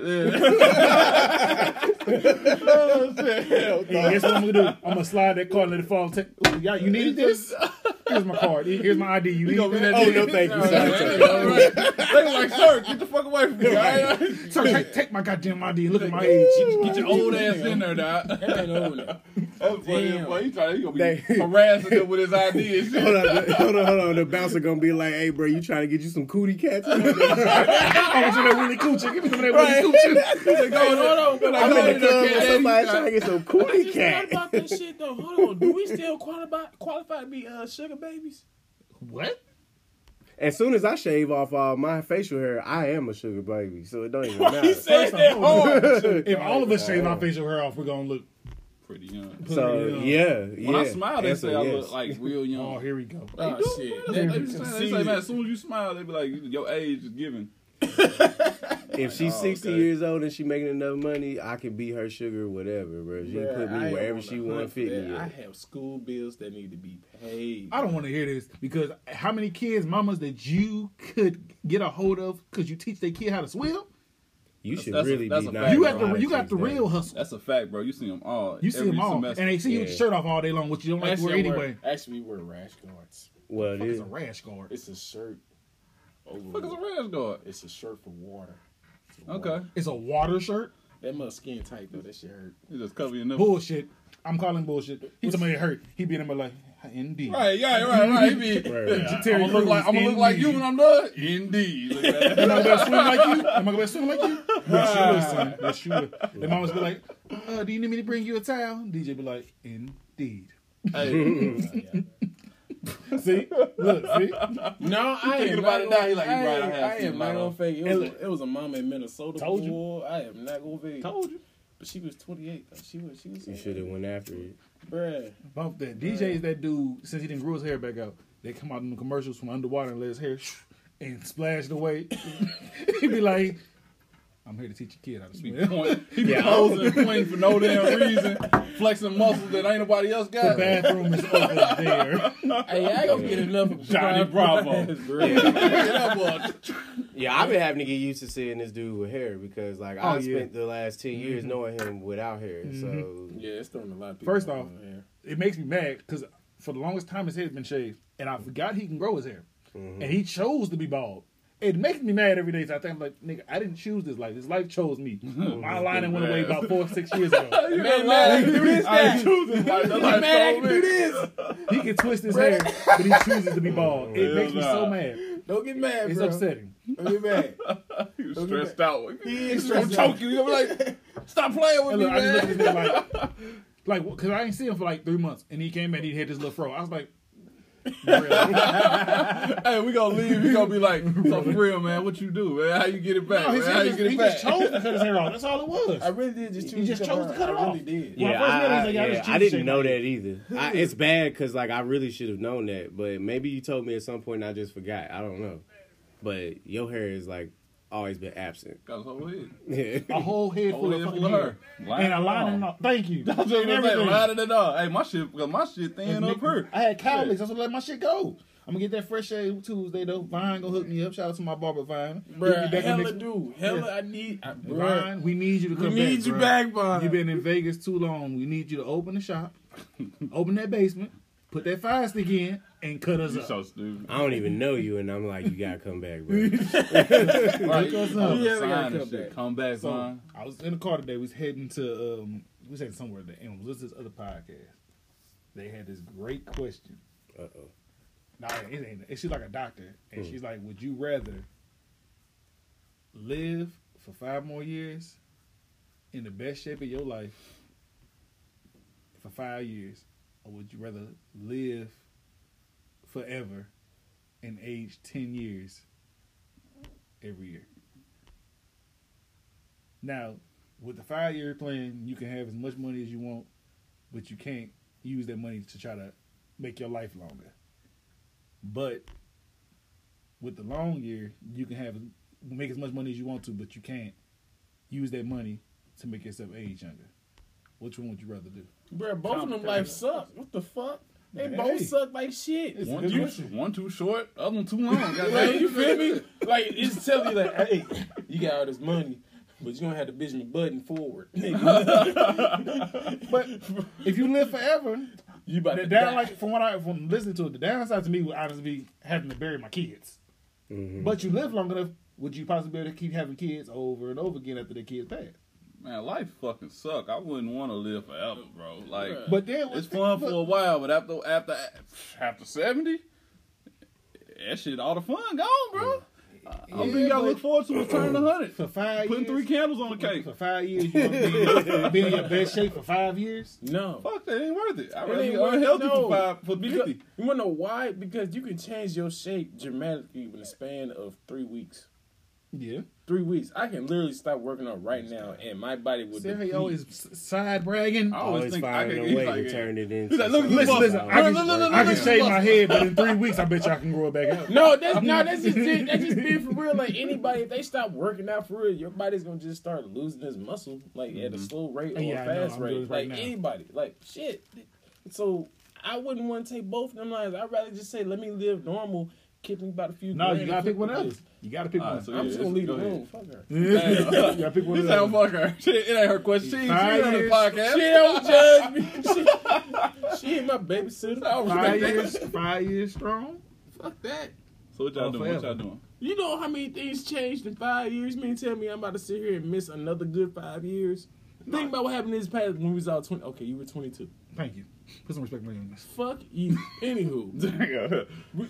A: And guess what I'm gonna do? I'm gonna slide that card and let it fall. Take, Ooh, y'all, you needed this? Here's my card. Here- Here's my ID. You need
B: gonna be
A: that?
D: Oh no, thank you. Sorry,
B: They
D: sir.
B: were like, sir, get the fuck away from me. all right?
A: Oh, Sir, take, take my goddamn ID. Look at my age.
B: Get your old ass in there, dog.
C: That ain't over there.
B: That's what
C: Damn.
B: he trying. He gonna be
D: They-
B: harassing them with his ideas.
D: Hold on, hold on, hold on. The bouncer gonna be like, "Hey, bro, you trying to get you some cootie cats? I want some of that Willie Coochie. Give me some of that Willie Coochie."
C: Hey, hold on.
D: I'm in the club with
C: Hey,
D: somebody trying to get some cootie
C: Just thought
D: cat.
C: about that shit though. Hold on, do we still qualify qualify to be uh, sugar babies?
E: What?
D: As soon as I shave off all my facial hair, I am a sugar baby, so it don't even matter.
C: He said that hard.
E: If all of us shave our facial hair off, we're gonna look.
B: Pretty young.
D: so yeah, yeah.
B: When I smile, they say
D: Answer
B: I
D: yes.
B: look like real young.
E: Oh, here we go.
B: They
C: Oh,
B: do,
C: shit.
B: bro. They,
C: They- they
B: be saying- they
C: concede
B: say,
C: it.
B: man, as soon as you smile, they be like, your age is given.
D: If she's
B: Oh,
D: sixty
B: okay.
D: years old and she making enough money, I can be her sugar, whatever, bro. She can
C: Bruh,
D: put
C: I
D: me
C: am
D: wherever
C: on
D: she
C: the
D: want
C: hunt for
D: to fit
C: that.
D: me.
C: I
D: at.
C: have school bills that need to be paid.
A: I don't want to hear this because how many kids, mamas, that you could get a hold of because you teach their kid how to swim?
D: You should
B: that's a-
D: really
B: that's
D: be
B: a
D: nice.
B: fact,
A: You
B: I
A: got
B: know how
A: the
B: to
A: you got the real hustle.
B: That's a fact, bro. You see them all.
A: You see
B: every
A: them all,
B: semester.
A: and they see you with
D: Yeah.
A: your shirt off all day long, which you don't like to wear
C: Actually, I wear-
A: anyway.
C: Actually, we wear rash guards.
D: Well,
A: Fuck is
D: this,
A: a rash guard.
C: It's a shirt. Over
B: Fuck is a rash guard.
C: It's a shirt for water. It's a
B: Okay.
C: water.
A: It's a water shirt.
C: That must skin tight though. That shit hurt.
B: You just cover your nipple.
A: Bullshit. I'm calling bullshit. He told me it hurt. He beat him like indeed.
B: Right, yeah, right, right. He be,
D: Right, right.
A: Terry
B: I'm gonna look
A: Crews,
B: like I'm gonna look like you when I'm done. Indeed. Look at that.
A: Am I gonna swim like you? Am I gonna swim like you? Yes, you would, son. Yes, you would. The mamas be like, uh, "Do you need me to bring you a towel?" DJ be like, "Indeed."
B: hey,
A: See, look, see.
C: No, I
B: thinking about it
C: am not gonna-
B: now, he like, you
C: I
B: right, I
C: am-
B: have
C: I
B: seen
C: am
B: a
C: not
B: lot
C: gonna
B: of-
C: fake. It It was,
A: Look.
C: it was a mom in Minnesota.
A: Told you.
C: boy. I am not gonna fake.
A: Told you.
C: But she was 28. though. She was. She was.
D: you should have went after it.
C: Bruh.
A: Bump that. DJ's that dude since he didn't grow his hair back out. They come out in the commercials from underwater and let his hair and splash it away. He'd be like, "I'm here to teach a kid how to
B: he
A: swim."
B: be point- he be
D: Yeah.
B: posing and pointing for no damn reason, flexing muscles that ain't nobody else
A: The
B: got.
A: bathroom is over there.
C: Hey, I gonna get enough of
B: Johnny Bravo.
D: Yeah, I've been having to get used to seeing this dude with hair because, like,
A: Oh,
D: I
A: yeah.
D: spent the last 10 years
C: Mm-hmm.
D: knowing him without hair. So,
C: Yeah, it's throwing a lot of people.
A: First
C: off
A: off,
C: on there.
A: it makes me mad because for the longest time his hair's been shaved, and I forgot he can grow his hair,
B: Mm-hmm.
A: and he chose to be bald. It makes me mad every day. So I think I'm like, nigga, I didn't choose this life. This life chose me.
B: Mm-hmm.
A: My line done went away about four, six years ago.
C: Man, man, I can do this.
B: I ain't
C: now.
B: choosing. Like, that's
C: Man,
B: like
C: I can
B: so
C: do
B: many.
C: this.
A: He can twist his hair, but he chooses to be bald. It
B: Hell
A: makes me so
B: nah.
A: mad.
C: Don't get mad,
A: It's
C: bro.
A: upsetting.
C: Don't get mad.
B: He was stressed out.
C: He
B: He's
C: is
B: gonna
C: stressed out.
B: choke you. He's gonna be like, stop playing with
A: And
B: me,
A: look, I just
B: man.
A: looked at this nigga like, like, cause I ain't seen him for like three months, and he came and he had this little fro. I was like, really?
B: Hey, we gonna leave. He gonna be like, so for real, man. What you do, man? How you get it back?
A: No,
B: man?
A: his
B: How
A: hair
B: you
A: just-
B: get
A: he
B: it back?
A: just chose to cut his hair off. That's all it was.
C: I really did just choose.
A: just
C: to cut
A: chose to cut it
C: I
A: off.
C: really did.
A: When I
D: yeah,
A: first met him, I was
D: I,
A: like,
D: I-
A: "Y'all
D: yeah,
A: just choose
D: I
A: to
D: didn't
A: shave
D: know
A: my
D: that
A: head."
D: either. I, it's bad because, like, I really should have known that, but maybe you told me at some point and I just forgot. I don't know. But your hair is, like, always been absent.
B: Got his whole head.
D: Yeah.
A: A whole head
B: Whole
A: full
B: head
A: of
B: full
A: fucking
B: of
A: hair.
B: hair.
A: And a line and all. Thank you.
B: I'm just
A: And
B: gonna say,
A: everything.
B: lining it up. Hey, my shit, because my shit thin up here.
A: I had cowlicks. That's what let my shit go. I'm gonna get that fresh shave Tuesday though. Vine gonna hook me up. Shout out to my barber Vine. He'll be
C: Bruh,
A: back in
C: hella
A: next-
C: do. Hella, I need. I, bruh,
A: Vine, we need you to
C: we
A: come back.
C: need you
A: bruh.
C: back, Vine.
A: You've been in Vegas too long. We need you to open the shop, open that basement, put that fire stick in, and cut us
B: You
A: up.
B: so stupid.
D: I don't even know you, and I'm like, you gotta come back, bro.
B: Right.
A: us
B: you
A: up.
B: on the
C: Yeah, we gotta
B: sign and
C: come
B: shit.
C: back.
B: Come back,
A: So
B: son.
A: I was in the car today. We was heading to um, we was heading somewhere. Today, and was this other podcast? They had this great question.
D: Uh oh.
A: No, it ain't. It's she's like a doctor, and she's like, "Would you rather live for five more years in the best shape of your life for five years, or would you rather live forever and age ten years every year?" Now, with the five-year plan, you can have as much money as you want, but you can't use that money to try to make your life longer. But with the long year, you can have make as much money as you want to, but you can't use that money to make yourself age younger. Which one would you rather do?
C: bruh, both of them life suck. What the fuck? They
A: Hey.
C: both suck like shit.
A: It's-
B: One
A: good
B: too,
A: question.
B: one too short, other one too long.
C: Like, you
B: Goddamn.
C: feel me? Like, it's telling you, like, hey, you got all this money, but you're gonna have to bitch me button forward.
A: But if you live forever,
C: you about
A: the
C: to
A: down
C: die.
A: like from what I from listening to it, the downside to me would honestly be having to bury my kids.
B: Mm-hmm.
A: But you live long enough, would you possibly be able to keep having kids over and over again after their kids pass?
B: man, life fucking suck. I wouldn't want to live forever, bro. Like,
C: Right.
E: But then
B: it's fun for a while, but after after after seventy, that shit, all the fun gone, bro. I don't think
E: Yeah,
B: y'all
E: but-
B: look forward to a turn a hundred.
E: for five
B: Putting three
E: years,
B: candles on the cake.
E: for five years, you want to be in your best shape for five years.
C: No.
B: Fuck that ain't worth it. I
C: It
B: rather be
C: ain't worth-
B: unhealthy
C: no.
B: for five for
C: Because,
B: fifty.
C: you wanna know why? Because you can change your shape dramatically in the span of three weeks.
E: Yeah.
C: Three weeks. I can literally stop working out right now, and my body would.
E: See how he
C: deplete.
E: always s- side bragging.
B: I always
D: Always
B: think I
D: finding
B: can
D: a way
B: he's
D: to
B: like,
D: turn it into.
B: he's like, look,
D: something
B: listen,
D: else.
B: listen,
E: I can,
B: Look, look, look,
E: I
B: look,
E: can
B: look.
E: shave my head, but in three weeks, I bet you I can grow it back out.
C: No, that's no, that's just being- that's just being for real. Like anybody, if they stop working out for real, your body's gonna just start losing its muscle, like at
B: Mm-hmm.
C: a slow rate or
E: Yeah,
C: a
E: I know.
C: fast
E: I'm doing
C: rate.
E: this right
C: like
E: now.
C: anybody, like shit. So I wouldn't want to take both of them lines. I'd rather just say, let me live normal, kick me about a few.
E: No,
C: grand
E: you
C: and
E: gotta
C: quit
E: pick one
C: with
E: else.
C: this.
E: You gotta pick
B: All right,
E: one.
B: so
C: I'm
B: yeah,
C: just
B: it's-
C: gonna leave the
B: go ahead.
C: room. Fuck her.
E: you gotta pick one
B: This
E: of
B: ain't
E: those.
B: fuck her. She, it ain't her question. She, she
A: Five
B: ain't on the
A: years.
B: podcast.
C: She don't judge me. She, she ain't my babysitter.
A: Five years, five years strong.
C: Fuck that.
B: So what y'all
A: Oh,
B: doing? What y'all
A: forever.
B: doing?
C: You know how many things changed in five years? You mean tell me I'm about to sit here and miss another good five years? Think about what happened in this past when we was all twenty. Okay, you were twenty two.
A: Thank you. Put some respect on my youngness.
C: Fuck you. Anywho, we-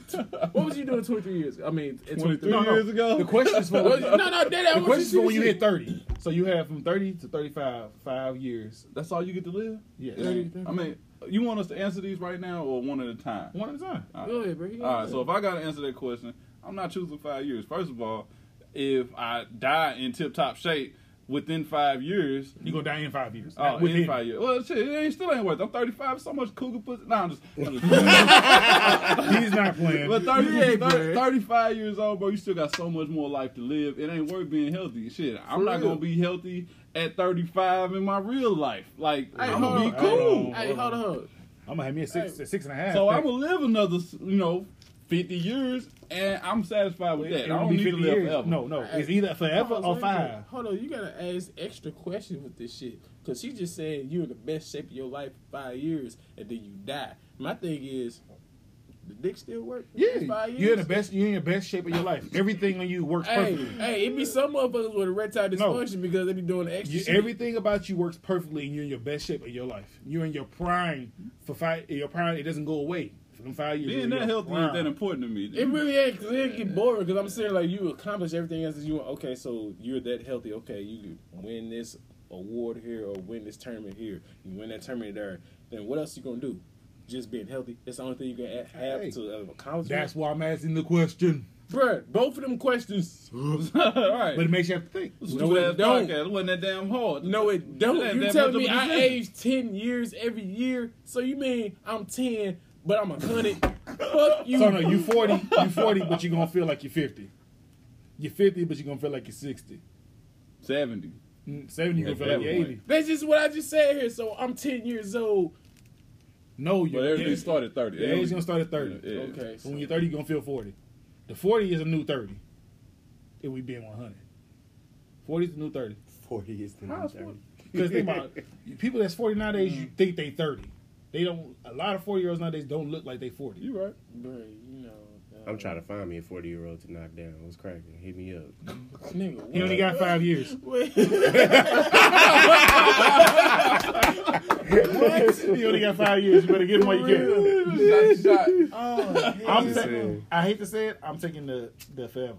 C: what was you doing twenty three years? I mean, at
B: 23
C: 23.
A: No, no.
B: years ago.
A: The question is for
C: What- no, no, Daddy, I
A: the
C: want
A: question
C: you
A: is for
C: to
A: when you
C: see
A: hit thirty. So you have from thirty to thirty-five, five years.
B: That's all you get to live.
A: Yeah,
B: I mean, you want us to answer these right now or one at a time?
A: one at a time.
B: All right.
C: Go ahead, bro. Yeah.
B: All right, so if I gotta answer that question, I'm not choosing five years. First of all, if I die in tip-top shape within five years,
A: You gonna die in five years.
B: oh,
A: Within.
B: in five years, well, shit, it ain't still ain't worth. It. I'm 35, so much cougar pussy. Nah, I'm just. I'm just
A: He's not playing.
B: but 30,
C: You ain't
B: 30
C: playing.
B: 35 years old, bro, you still got so much more life to live. It ain't worth being healthy. Shit, I'm
C: For
B: not
C: real.
B: gonna be healthy at 35 in my real life. Like,
C: Hey,
B: I'm
C: hold
B: gonna be
C: on,
B: cool.
C: Hey, hold on.
A: I'm gonna have me a six, a six and a half.
B: So I'm gonna live another, you know, 50 years, and I'm satisfied with that. I
A: It won't
B: don't
A: be
B: need to
A: 50
B: live
A: years.
B: forever.
A: No, no, it's either forever
C: Hold on,
A: or
C: wait a minute.
A: five.
C: Hold on, you gotta ask extra questions with this shit. Cause she just said you're in the best shape of your life for five years and then you die. My thing is, the dick still work? for
A: Yeah,
C: Five years?
A: you're in the best. You're in your best shape of your life. Everything on you works
C: Hey,
A: perfectly.
C: hey, it be some motherfuckers with erectile
A: No.
C: dysfunction because they be doing the extra
A: You,
C: shit.
A: everything about you works perfectly, and you're in your best shape of your life. You're in your prime for five. Your prime it doesn't go away for them five years.
B: Being
A: You're
B: that
A: in your
B: healthy ain't that
A: prime.
B: important to me.
C: It really ain't because it get boring. Because I'm saying like you accomplish everything else that you want. Okay, so you're that healthy. Okay, you could win this award here or win this tournament here. You win that tournament there. Then what else you gonna do? Just being healthy. That's the only thing you can a- have
A: Hey.
C: to uh, accomplish.
A: That's why I'm asking the question.
C: Bruh, both of them questions.
B: All right.
A: But it makes you have to think.
C: No,
B: no,
C: it
B: it
C: don't.
B: Podcast. It wasn't that damn hard.
C: No, it don't.
B: That-
C: you
B: that
C: telling
B: much of
C: me
B: a
C: I
B: decision.
C: age ten years every year? So you mean I'm ten, but I'm a hundred? Fuck you.
A: So no, you 40, you 40, but you're gonna feel like you're 50. You're 50, but you're gonna feel like you're 60.
B: 70.
A: Mm, 70, you're
B: At
A: gonna feel like
B: that
A: you're
B: point.
A: 80.
C: That's just what I just said here. So I'm ten years old.
A: No,
B: But
A: you're
B: everything started 30.
A: Your age gonna start at 30.
B: Yeah.
C: Okay.
A: So when you're 30, you're gonna feel 40. The 40 is a new 30. If we being 100, 40 is the new 30.
D: Forty is the new
A: How's
D: thirty.
A: Because think about it. people that's 40 nowadays, you think they 30. They don't. A lot of 40 year olds nowadays don't look like they 40.
B: You right.
C: Bruh, you know. uh,
D: I'm trying to find me a forty year old to knock down. What's cracking? Hit me up.
C: Nigga,
A: He
C: what?
A: only got five years. He only got five years. You better get him while you can.
B: Shot, shot.
A: I'm
D: Yes,
A: saying,
D: sir.
A: I hate to say it, I'm taking the the forever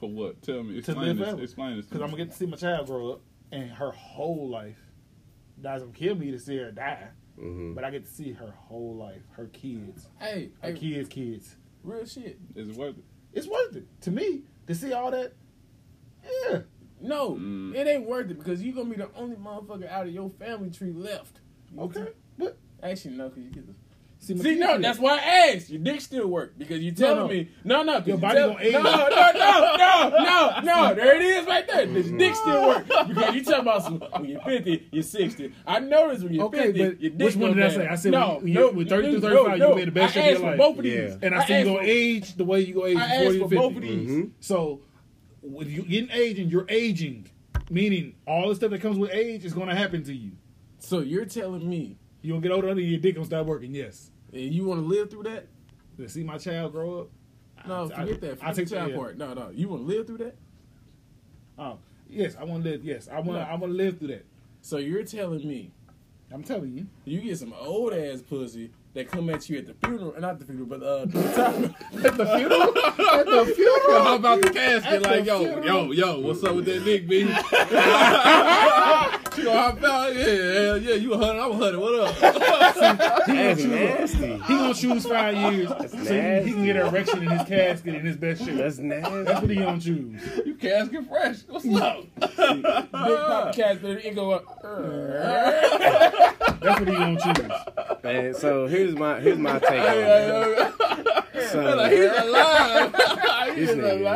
B: For what? Tell me.
A: To
B: Explain
A: live
B: this.
A: forever.
B: Explain this. to
A: because I'm
B: me.
A: gonna get to see my child grow up, and her whole life. That's gonna kill me to see her die,
D: Mm-hmm.
A: but I get to see her whole life, her kids,
C: hey,
A: her
C: hey,
A: kids, kids.
C: real shit.
B: Is it worth it?
A: It's worth it to me to see all that. Yeah,
C: No,
B: Mm.
C: it ain't worth it because you gonna be the only motherfucker out of your family tree left.
A: okay, but
C: Actually, no, because you get the.
A: see, my
C: See,
A: kids
C: no,
A: did.
C: that's why I asked. Your dick still work because you telling
A: no.
C: me no, no. 'cause
A: Your
C: you
A: body
C: tell,
A: gonna age.
C: No, no, no, no, no, no. There it is, right there. This dick still work because you talking about some, when you're fifty, you're sixty. I noticed when you're
A: Okay,
C: fifty,
A: but
C: your dick
A: which one
C: go
A: did I
C: down.
A: say? I said
C: no,
A: when you-
C: no,
A: with 30 to
C: no,
A: 35,
C: no,
A: you made the best
C: I
A: shape of your
C: asked for
A: life.
C: Both of these.
D: Yeah.
A: and I, see you
C: asked
A: gonna
C: for-
A: age the way you go age
C: I
A: from
C: asked
A: 40 to
C: for
A: 50.
C: both of these.
D: Mhm.
A: So when you getting aging, you're aging, meaning all the stuff that comes with age is gonna happen to you.
C: So you're telling me
A: You gonna get older and your dick gonna stop working. Yes.
C: and you want to live through that?
A: To see my child grow up.
C: No,
A: I-
C: forget that.
A: I
C: Forget
A: take
C: the child
A: yeah.
C: part. No, no. You want to live through that?
A: Oh, Yes, I want to live. Yes, I want. to I want to live through that.
C: So you're telling me
A: I'm telling you.
C: you get some old ass pussy that come at you at the funeral, not the funeral, but uh, the time-
E: At the funeral? At the funeral?
B: How about the casket?
E: the
B: Like, yo,
E: funeral.
B: yo, yo, what's up with that dick, B? she gonna hop out. Yeah, hell yeah, you a hundred, I'm a hundred. What up?
D: That's nasty.
A: He gonna choose five years so he can, he can get an erection in his casket in his best shoes.
D: That's
A: That's
D: nasty.
A: what he gonna choose.
B: You casket fresh. What's up?
C: Big Papa Cats, but it go up.
A: That's what he gonna choose.
D: Man, so here's my here's my take on
B: Hey,
D: it.
B: hey,
D: So,
B: hey, alive.
D: this nigga,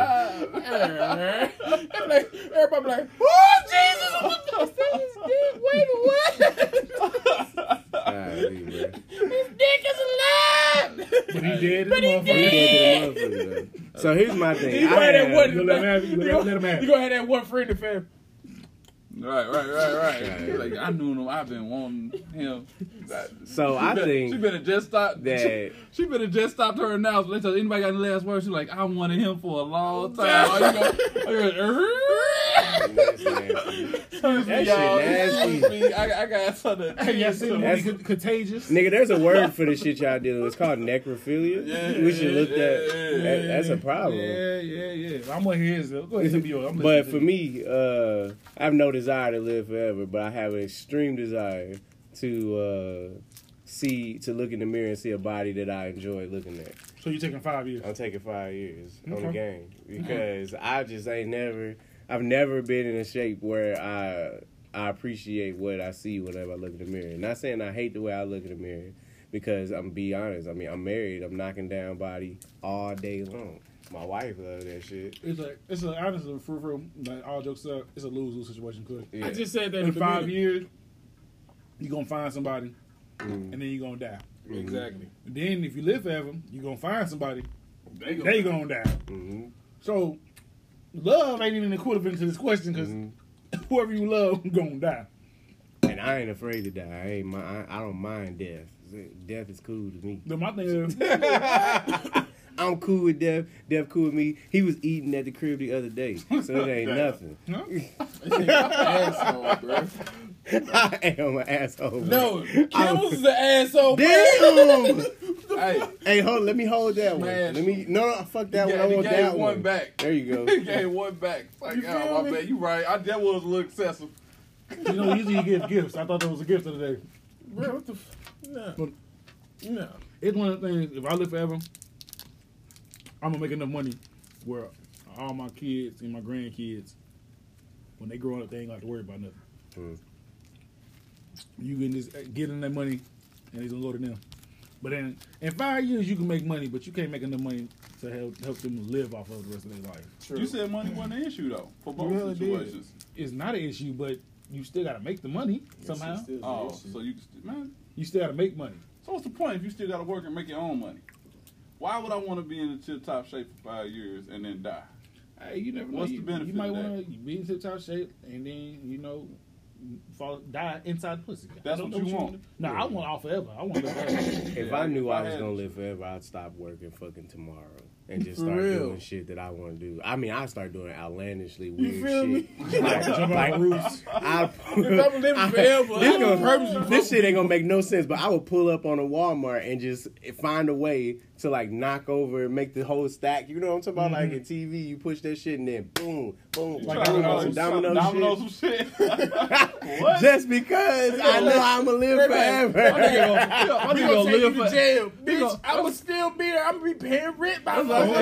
C: like, everybody like, oh Jesus, what the fuck is dick? Wait, what?
D: golly, man.
C: His dick is alive.
A: But he dead. But he
D: You dead to the motherfucker, man. So here's my thing.
C: You go
D: I
C: ahead
D: have,
C: and one.
A: You let him have it. You let- let him have it.
C: You go ahead and one friend in the family.
B: Right, right, right, right. Like I knew him. I've been wanting him.
D: so I
B: Better- she
D: think
B: better just stop.
D: that
B: She better just stopped her announcement. Until anybody got any last words? She's like, I wanted him for a long time. Are you gonna- are you
D: that's nasty.
B: gonna-
D: That shit
B: Y'all, excuse
D: nasty.
B: me, I, I got something. to-
A: Hey, y'all see the movie
D: That's-
A: Con- Contagious?
D: Nigga, there's a word for this shit y'all do. It's called necrophilia.
B: Yeah,
D: we should look
B: yeah,
D: that.
B: yeah,
D: that- That's a problem.
A: Yeah, yeah, yeah. I'm gonna hear his. Go ahead, tell me yours. I'm
D: But
A: listening
D: for
A: to you.
D: me, uh, I have no desire to live forever, but I have an extreme desire to uh, see, to look in the mirror and see a body that I enjoy looking at.
A: so you taking five years.
D: I'm taking five years on the
A: Okay.
D: game because I just ain't never, I've never been in a shape where I I appreciate what I see whenever I look in the mirror. Not saying I hate the way I look in the mirror because I'm be honest. I mean, I'm married. I'm knocking down body all day long. My wife loves that shit.
A: It's like it's a honestly for real. Like all jokes up, it's a lose lose situation. Cause
D: Yeah.
C: I just said that
A: in five
C: years.
A: years, you are gonna find somebody, and then you are gonna die.
C: Exactly.
A: Then if you live forever, you are gonna find somebody.
B: They go-
A: They gonna die. Mm-hmm.
D: hmm
A: So love ain't even equivalent to this question because whoever you love gonna die.
D: And I ain't afraid to die. I ain't my, I, I don't mind death. Death is cool to me.
A: Then my thing is,
D: I'm cool with Dev. Dev cool with me. He was eating at the crib the other day, so it ain't
B: Damn.
D: nothing.
A: huh?
C: asshole, bro.
D: I am an asshole.
C: No,
D: I'm-
C: Kimmel's is an asshole. bro.
D: Damn.
B: Hey,
D: hey, hold. Let me hold that one.
B: Man.
D: Let me. No, no. Fuck that
B: He
D: one.
B: gave-
D: I
B: he
D: want
B: gave
D: that
B: one
D: one
B: back.
D: There you go.
B: he gave one back. It's Like,
D: You feel
B: oh, my
D: me?
B: bad. You right. I, that was a little excessive.
A: you know, usually you give gifts. I thought that was a gift of the day.
C: Bro, what the? F- no,
A: But-
C: no.
A: It's one of the things. If I live forever, I'm gonna make enough money where all my kids and my grandkids, when they grow up, they ain't gonna have to worry about nothing.
D: Mm.
A: You can just get them that money, and it's gonna go to them. But then in five years, you can make money, but you can't make enough money to help help them live off of the rest of their life.
C: True.
B: You said money wasn't an issue though for both
A: really did.
B: situations.
A: It's not an issue, but you still gotta make the money somehow.
C: It's still
B: Oh,
C: an issue.
B: so you can st- man.
A: you still gotta make money.
B: So what's the point if you still gotta work and make your own money? Why would I want to be in the tip top shape for five years and then die?
A: Hey, you never know.
B: What's
A: you,
B: the benefit
A: You might
B: of that?
A: want to be in tip top shape and then, you know, fall, die inside pussy. I
B: That's
A: don't
B: what
A: know
B: you want.
A: wanna do. No, I want all forever. I want to live forever.
D: If
B: Yeah,
D: I knew
B: if
D: I
B: I
D: was
B: had-
D: gonna live forever, I'd stop working fucking tomorrow and just
C: For
D: start
C: real.
D: doing shit that I want to do. I mean, I start doing outlandishly weird
C: feel me?
D: shit. Like, like roofs. I,
C: If I'm living
D: I-
C: forever,
D: this,
C: I'm
D: gonna-
C: purposely
D: this shit ain't gonna make no sense. But I would pull up on a Walmart and just find a way to like knock over, and make the whole stack. You know what I'm talking about? Like in TV, you push that shit and then boom, boom,
A: Like
D: like boom, on some domino,
B: domino
D: shit.
B: some shit. what?
D: Just because I know I'm gonna live
C: Everybody-
D: forever.
C: I'm
B: He
C: gonna
B: gonna
C: take
B: live
C: you to
B: for-
C: jail,
B: he
C: bitch.
B: gonna-
C: I'm gonna still be there. I'm gonna be paying rent by
B: I said,
C: myself.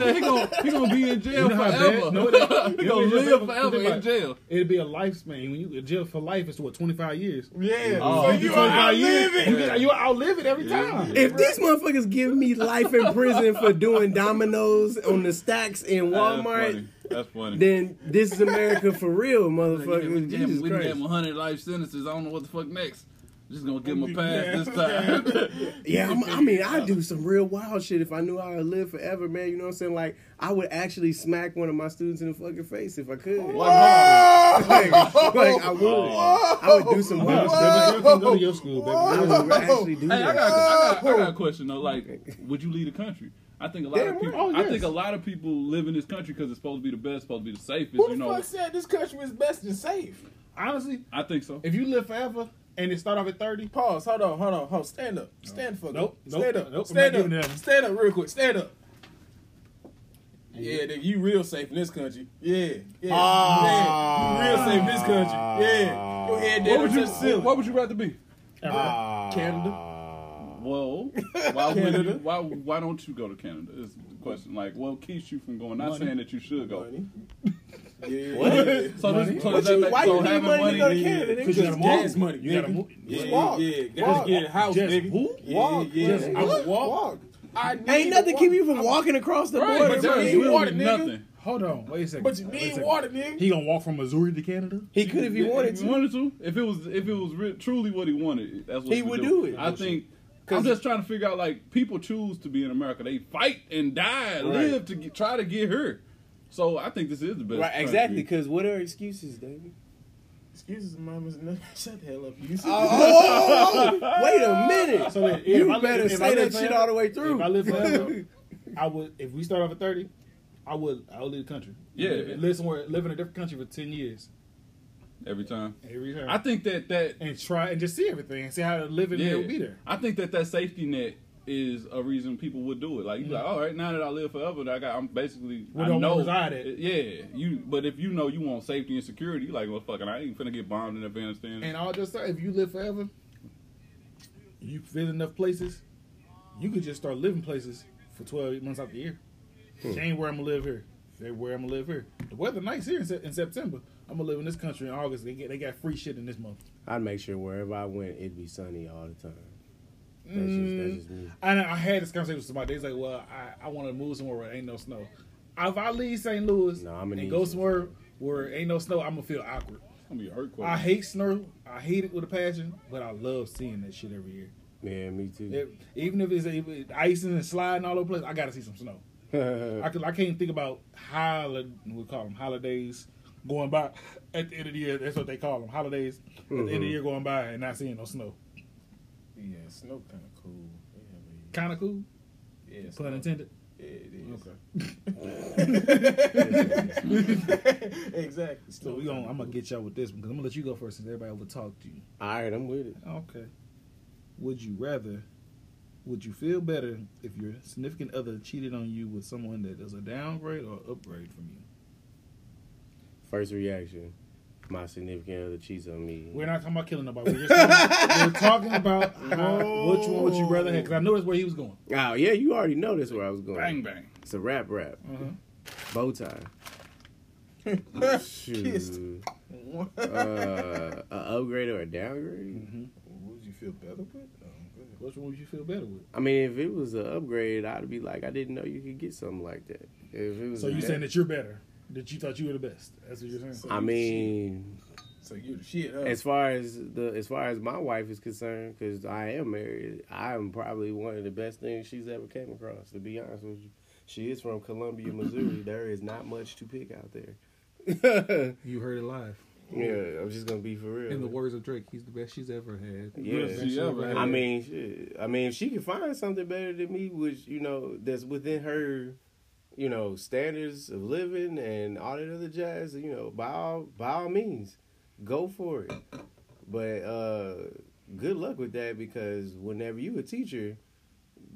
B: I said he gonna he gonna be in jail
A: You know how bad-
B: forever.
A: no, it ain't.
B: he
A: You know,
B: gonna live
A: just-
B: forever
A: think about
B: in
A: it.
B: jail.
A: It'll be a lifespan. When you in jail for life, it's what, 25 years?
C: Yeah,
B: Oh.
C: so you are
A: 25
C: outlive
A: years,
C: it.
A: You, get- you outlive it every time.
D: If these motherfuckers give me life in prison for doing dominoes on the stacks in
B: That's
D: Walmart,
B: funny. That's funny.
D: then this is America for
B: Like, yeah,
D: real,
B: we
D: motherfucker.
B: gave him-
D: Jesus
B: we gave him
D: Christ.
B: 100 life sentences. I don't know what the fuck next. Just gonna give him a pass this time.
D: Yeah, I'm, I mean, I do some real wild shit if I knew I would live forever, man. You know what I'm saying? Like, I would actually smack one of my students in the fucking face if I could. Like, like, I would. I would do some
A: Wow,
D: wild
A: Stephen,
D: shit.
A: you can go to your school, baby.
D: I would actually do
B: hey, I
D: that.
B: got, I, got, I got a question though. Like, would you leave the country? I think a lot
D: Oh. Damn
B: of people.
D: right. Oh,
B: I think
D: yes.
B: a lot of people live in this country because it's supposed to be the best, supposed to be the safest.
C: Who the
B: you know,
C: fuck said this country was best and safe?
A: Honestly,
B: I think so.
A: if you live forever and it start off at thirty,
C: Pause. Hold on. Hold on. Hold. on. Stand up. Stand for
A: Nope, nope,
C: Stand up.
A: nope, I'm
C: Stand
A: not
C: up.
A: giving that one.
C: Stand up real quick. Stand up. Yeah, nigga, you real safe in this country. Yeah, yeah,
E: Ah.
C: yeah. You real safe in this country. Yeah, go ahead,
B: What would
C: down
B: you?
C: to the ceiling.
B: What would you rather be?
C: Canada.
B: Well, why, would you,
C: Canada.
B: why why don't you go to Canada? Is the question. Like, what keeps you from going? Not
A: Money.
B: saying that you should go.
C: Money. Yeah.
D: What?
C: yeah.
B: So, does, so
D: What
B: does that
D: you-
B: make
D: why
B: so
D: you need
B: having
D: money to
B: money?
D: go to Canada?
C: Because
E: you gotta
C: gas
E: move.
C: money.
E: You gotta
C: nigga.
E: move.
C: Yeah,
E: Just
C: yeah,
E: walk.
C: yeah. Gotta
E: Walk.
C: get a house,
E: Just
C: nigga.
E: who?
C: Yeah,
E: Walk.
C: Yeah,
E: Just
C: I
E: walk.
C: would walk. I
D: Ain't
C: need
D: nothing
C: to
D: keep you
C: walk.
D: from walking across the
C: Right,
D: border.
C: but there's
D: man.
C: you water,
B: Literally
C: nigga.
B: Nothing.
E: Hold on, wait a second.
C: But you
E: Wait a
C: need
E: second.
C: water, nigga.
E: He gonna walk from Missouri to Canada?
D: he could if he wanted
B: If he
D: to.
B: wanted to, if it was, if it was re- truly what he wanted, that's what
D: He
B: he,
D: would do it.
B: I think. I'm just trying to figure out like people choose to be in America. They fight and die, live to get, try to get here. So I think this is the best.
D: Right, exactly.
B: country.
D: Because what are excuses, David?
C: Excuses, mama's nothing. Shut the hell up. You see?
D: Oh, wait a minute.
A: So if- if
D: you
A: I live-
D: better
A: if I
D: say
A: live
D: that shit
A: forever-
D: all the way through.
A: If I live forever, I would. If we start off at thirty, I would. I would leave the country.
B: Yeah.
A: live, live somewhere, live in a different country for ten years
B: Every time.
A: every time,
B: I think that that
A: and try and just see everything and see how living
B: yeah,
A: it would be there.
B: I think that that safety net is a reason people would do it. Like you be like, all right, now that I live forever, I got I'm basically
A: Where
B: I
A: do I wanna
B: know
A: Mm-hmm. reside at?
B: yeah. You but if you know you want safety and security, you like well fucking I ain't finna get bombed in Afghanistan.
A: And I'll just say, if you live forever, you visit enough places, you could just start living places for 12 months out the year. January, I'm going to live here. February, I'm going to live here. The weather nice here in, se- in September. I'm going to live in this country in August. They, get, they got free shit in this month.
D: I'd make sure wherever I went, it'd be sunny all the time. That's,
A: Mm.
D: just, that's just me.
A: And I had this conversation with somebody. They's like, well, I, I want to move somewhere where ain't no snow. If I leave St. Louis
D: No, I'ma
A: and
D: need
A: go
D: you.
A: somewhere where ain't no snow, I'm going to feel awkward.
B: it's gonna be an earthquake.
A: I hate snow. I hate it with a passion, but I love seeing that shit every year.
D: Yeah, me too.
A: It- even if it's if it's icing and sliding all over the place, I gotta see some snow. I, can, I can't think about holiday we call them holidays going by at the end of the year. That's what they call them holidays at the end of the year going by and not seeing no snow.
C: Yeah, snow kind of cool. Yeah,
A: Kind of cool,
C: but yeah, snow-
A: pun intended.
C: Yeah, it
A: Okay.
C: is. exactly.
A: So we gonna, I'm gonna get y'all with this one because I'm gonna let you go first since everybody over talked to you.
D: all right, I'm with it.
A: Okay. Would you rather? Would you feel better if your significant other cheated on you with someone that is a downgrade or upgrade from you?
D: First reaction. My significant other cheats on me.
A: We're not talking about killing nobody. We're, just talking, we're talking about how, which one would you rather have? Because I know that's where he was going.
D: Oh yeah, you already know that's where I was going.
B: bang bang.
D: It's a rap rap.
A: Mm-hmm.
D: Bow tie.
C: Kissed.
D: Shoot. uh, a upgrade or a downgrade?
A: Mm-hmm.
C: Would you feel better with? Um, good.
A: Which one would you feel better with?
D: I mean, if it was an upgrade, I'd be like, I didn't know you could get something like that. If it was,
A: So
D: a
A: you
D: down-
A: saying that you're better? That you thought you were the best? That's what you're saying.
C: So
D: I mean,
C: so you the shit, huh?
D: as far as the as far as my wife is concerned, because I am married, I am probably one of the best things she's ever came across. To be honest with you, she is from Columbia, Missouri. there is not much to pick out there.
E: You heard it live.
D: yeah, I'm just gonna be for real.
E: In the words of Drake, he's the best she's ever had.
D: Yeah.
B: Best she ever had.
D: I mean, shit. I mean, if she can find something better than me, which you know that's within her, you know, standards of living and all that other jazz. You know, by all by all means, go for it. But uh good luck with that because whenever you a teacher,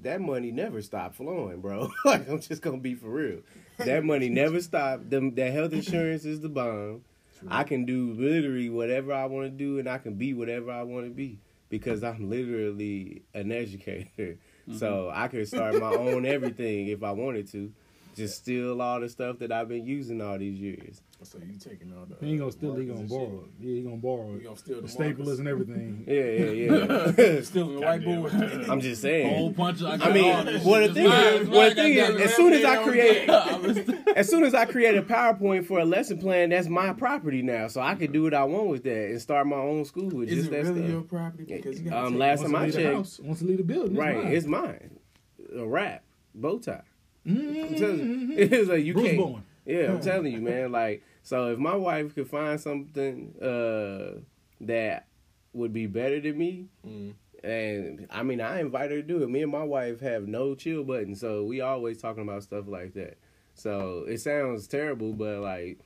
D: that money never stopped flowing, bro. like I'm just gonna be for real. That money never stopped. Them that health insurance is the bomb. I can do literally whatever I want to do, and I can be whatever I want to be because I'm literally an educator. So I could start my own everything if I wanted to. Just steal all the stuff that I've been using all these years.
C: so you taking all the?
A: He ain't gonna steal. He
C: markers
A: gonna
C: and
A: borrow. it.
C: shit.
A: Yeah, he gonna borrow
C: You
A: it.
C: gonna steal the
A: The staplers and everything.
D: Yeah, yeah, yeah.
C: Stealing the whiteboard.
D: I'm just saying.
B: Whole bunch of, I, got
D: I mean,
B: all this
D: well, the
B: shit.
D: thing
B: Just
D: is-
B: mine,
D: well,
B: mine,
D: the thing
B: I got
D: is,
B: that
D: as soon as I
B: everything
D: create-
B: on me.
D: as soon as I create a PowerPoint for a lesson plan, that's my property now. So I could do what I want with that and start my own school with
C: Is
D: just
C: it
D: that
C: really
D: stuff.
C: your property? Because you gotta
D: Um,
C: take-
D: last
A: Wants
D: time
A: to
D: I
A: leave the
D: checked,
A: house. Wants to leave the building.
D: right, it's
A: It's
D: mine. A wrap, bow tie. I'm telling you, it's like you
A: Bruce
D: can't.
A: Bowen.
D: Yeah, I'm telling you, man. Like, so if my wife could find something uh, that would be better than me,
A: Mm-hmm.
D: And I mean, I invited her to do it. Me and my wife have no chill button, so we always talking about stuff like that. So it sounds terrible, but like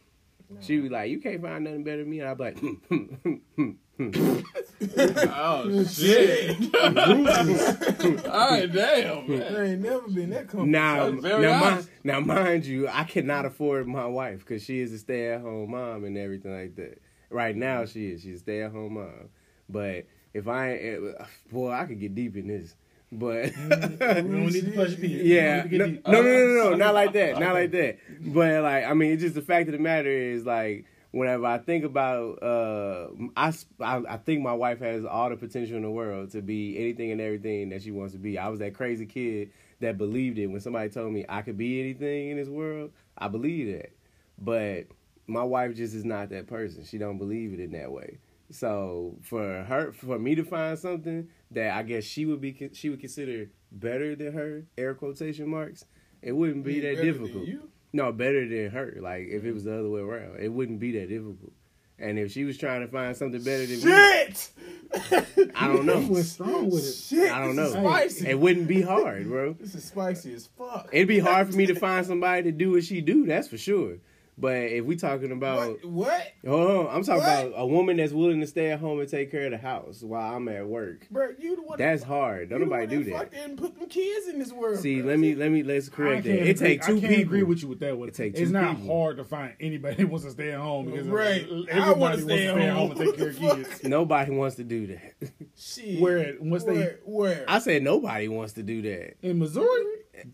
D: she was like, "You can't find nothing better than me." And I'd be like, "Hmm,
B: Oh shit! All right, damn, man.
E: I ain't never been that comfortable.
D: "Now,
B: That's very
D: now, mind,
B: honest.
D: now, mind you, I cannot afford my wife because she is a stay-at-home mom and everything like that. Right now, she is. She's a stay-at-home mom. But if I, eh, boy, I could get deep in this, but."
A: We don't need to push people.
D: Yeah,
A: We
D: no,
A: don't need to
D: no,
A: get Uh,
D: no, no, no, not like that, not like that. But like, I mean, it's just the fact of the matter is like, whenever I think about, uh, I, s- I, I think my wife has all the potential in the world to be anything and everything that she wants to be. I was that crazy kid that believed it when somebody told me I could be anything in this world. I believe that, but my wife just is not that person. She don't believe it in that way. So for her, for me to find something that I guess she would be, she would consider better than her, air quotation marks, it wouldn't be
C: Be
D: that
C: better than
D: difficult.
C: you? Mm.
D: No, better than her. Like if it was the other way around, it wouldn't be that difficult. And if she was trying to find something better than
C: Shit!
D: me, I don't
E: He
D: know.
E: went strong with
C: Shit!
D: I don't
C: this
D: know.
C: Is spicy.
D: It wouldn't be hard, bro.
C: This is spicy as fuck.
D: It'd be hard for me to find somebody to do what she do. That's for sure. But if we talking about
C: What? What?
D: Hold on, I'm talking
C: What?
D: about a woman that's willing to stay at home and take care of the house while I'm at work.
C: Bro, you the one
D: That's hard. Don't
C: you the
D: nobody
C: one
D: do
C: Fucked
D: that.
C: and put them kids in this world.
D: See,
C: bro.
D: let me let me let's
A: I
D: correct
A: can't
D: that. It
A: agree-
D: takes
A: I
D: two
A: can't
D: people.
A: agree with you with that one.
D: It take
A: it's
D: two
A: not
D: people.
A: hard to find anybody who wants to stay at home because
C: Right.
A: everybody
C: I wanna
A: wants to
C: stay
A: stay
C: at
A: at
C: home.
A: home and take care of
C: Fuck.
A: kids.
D: Nobody wants to do that.
C: Shit.
A: Where once they
C: Where? Where?
D: I said nobody wants to do that.
A: in Missouri,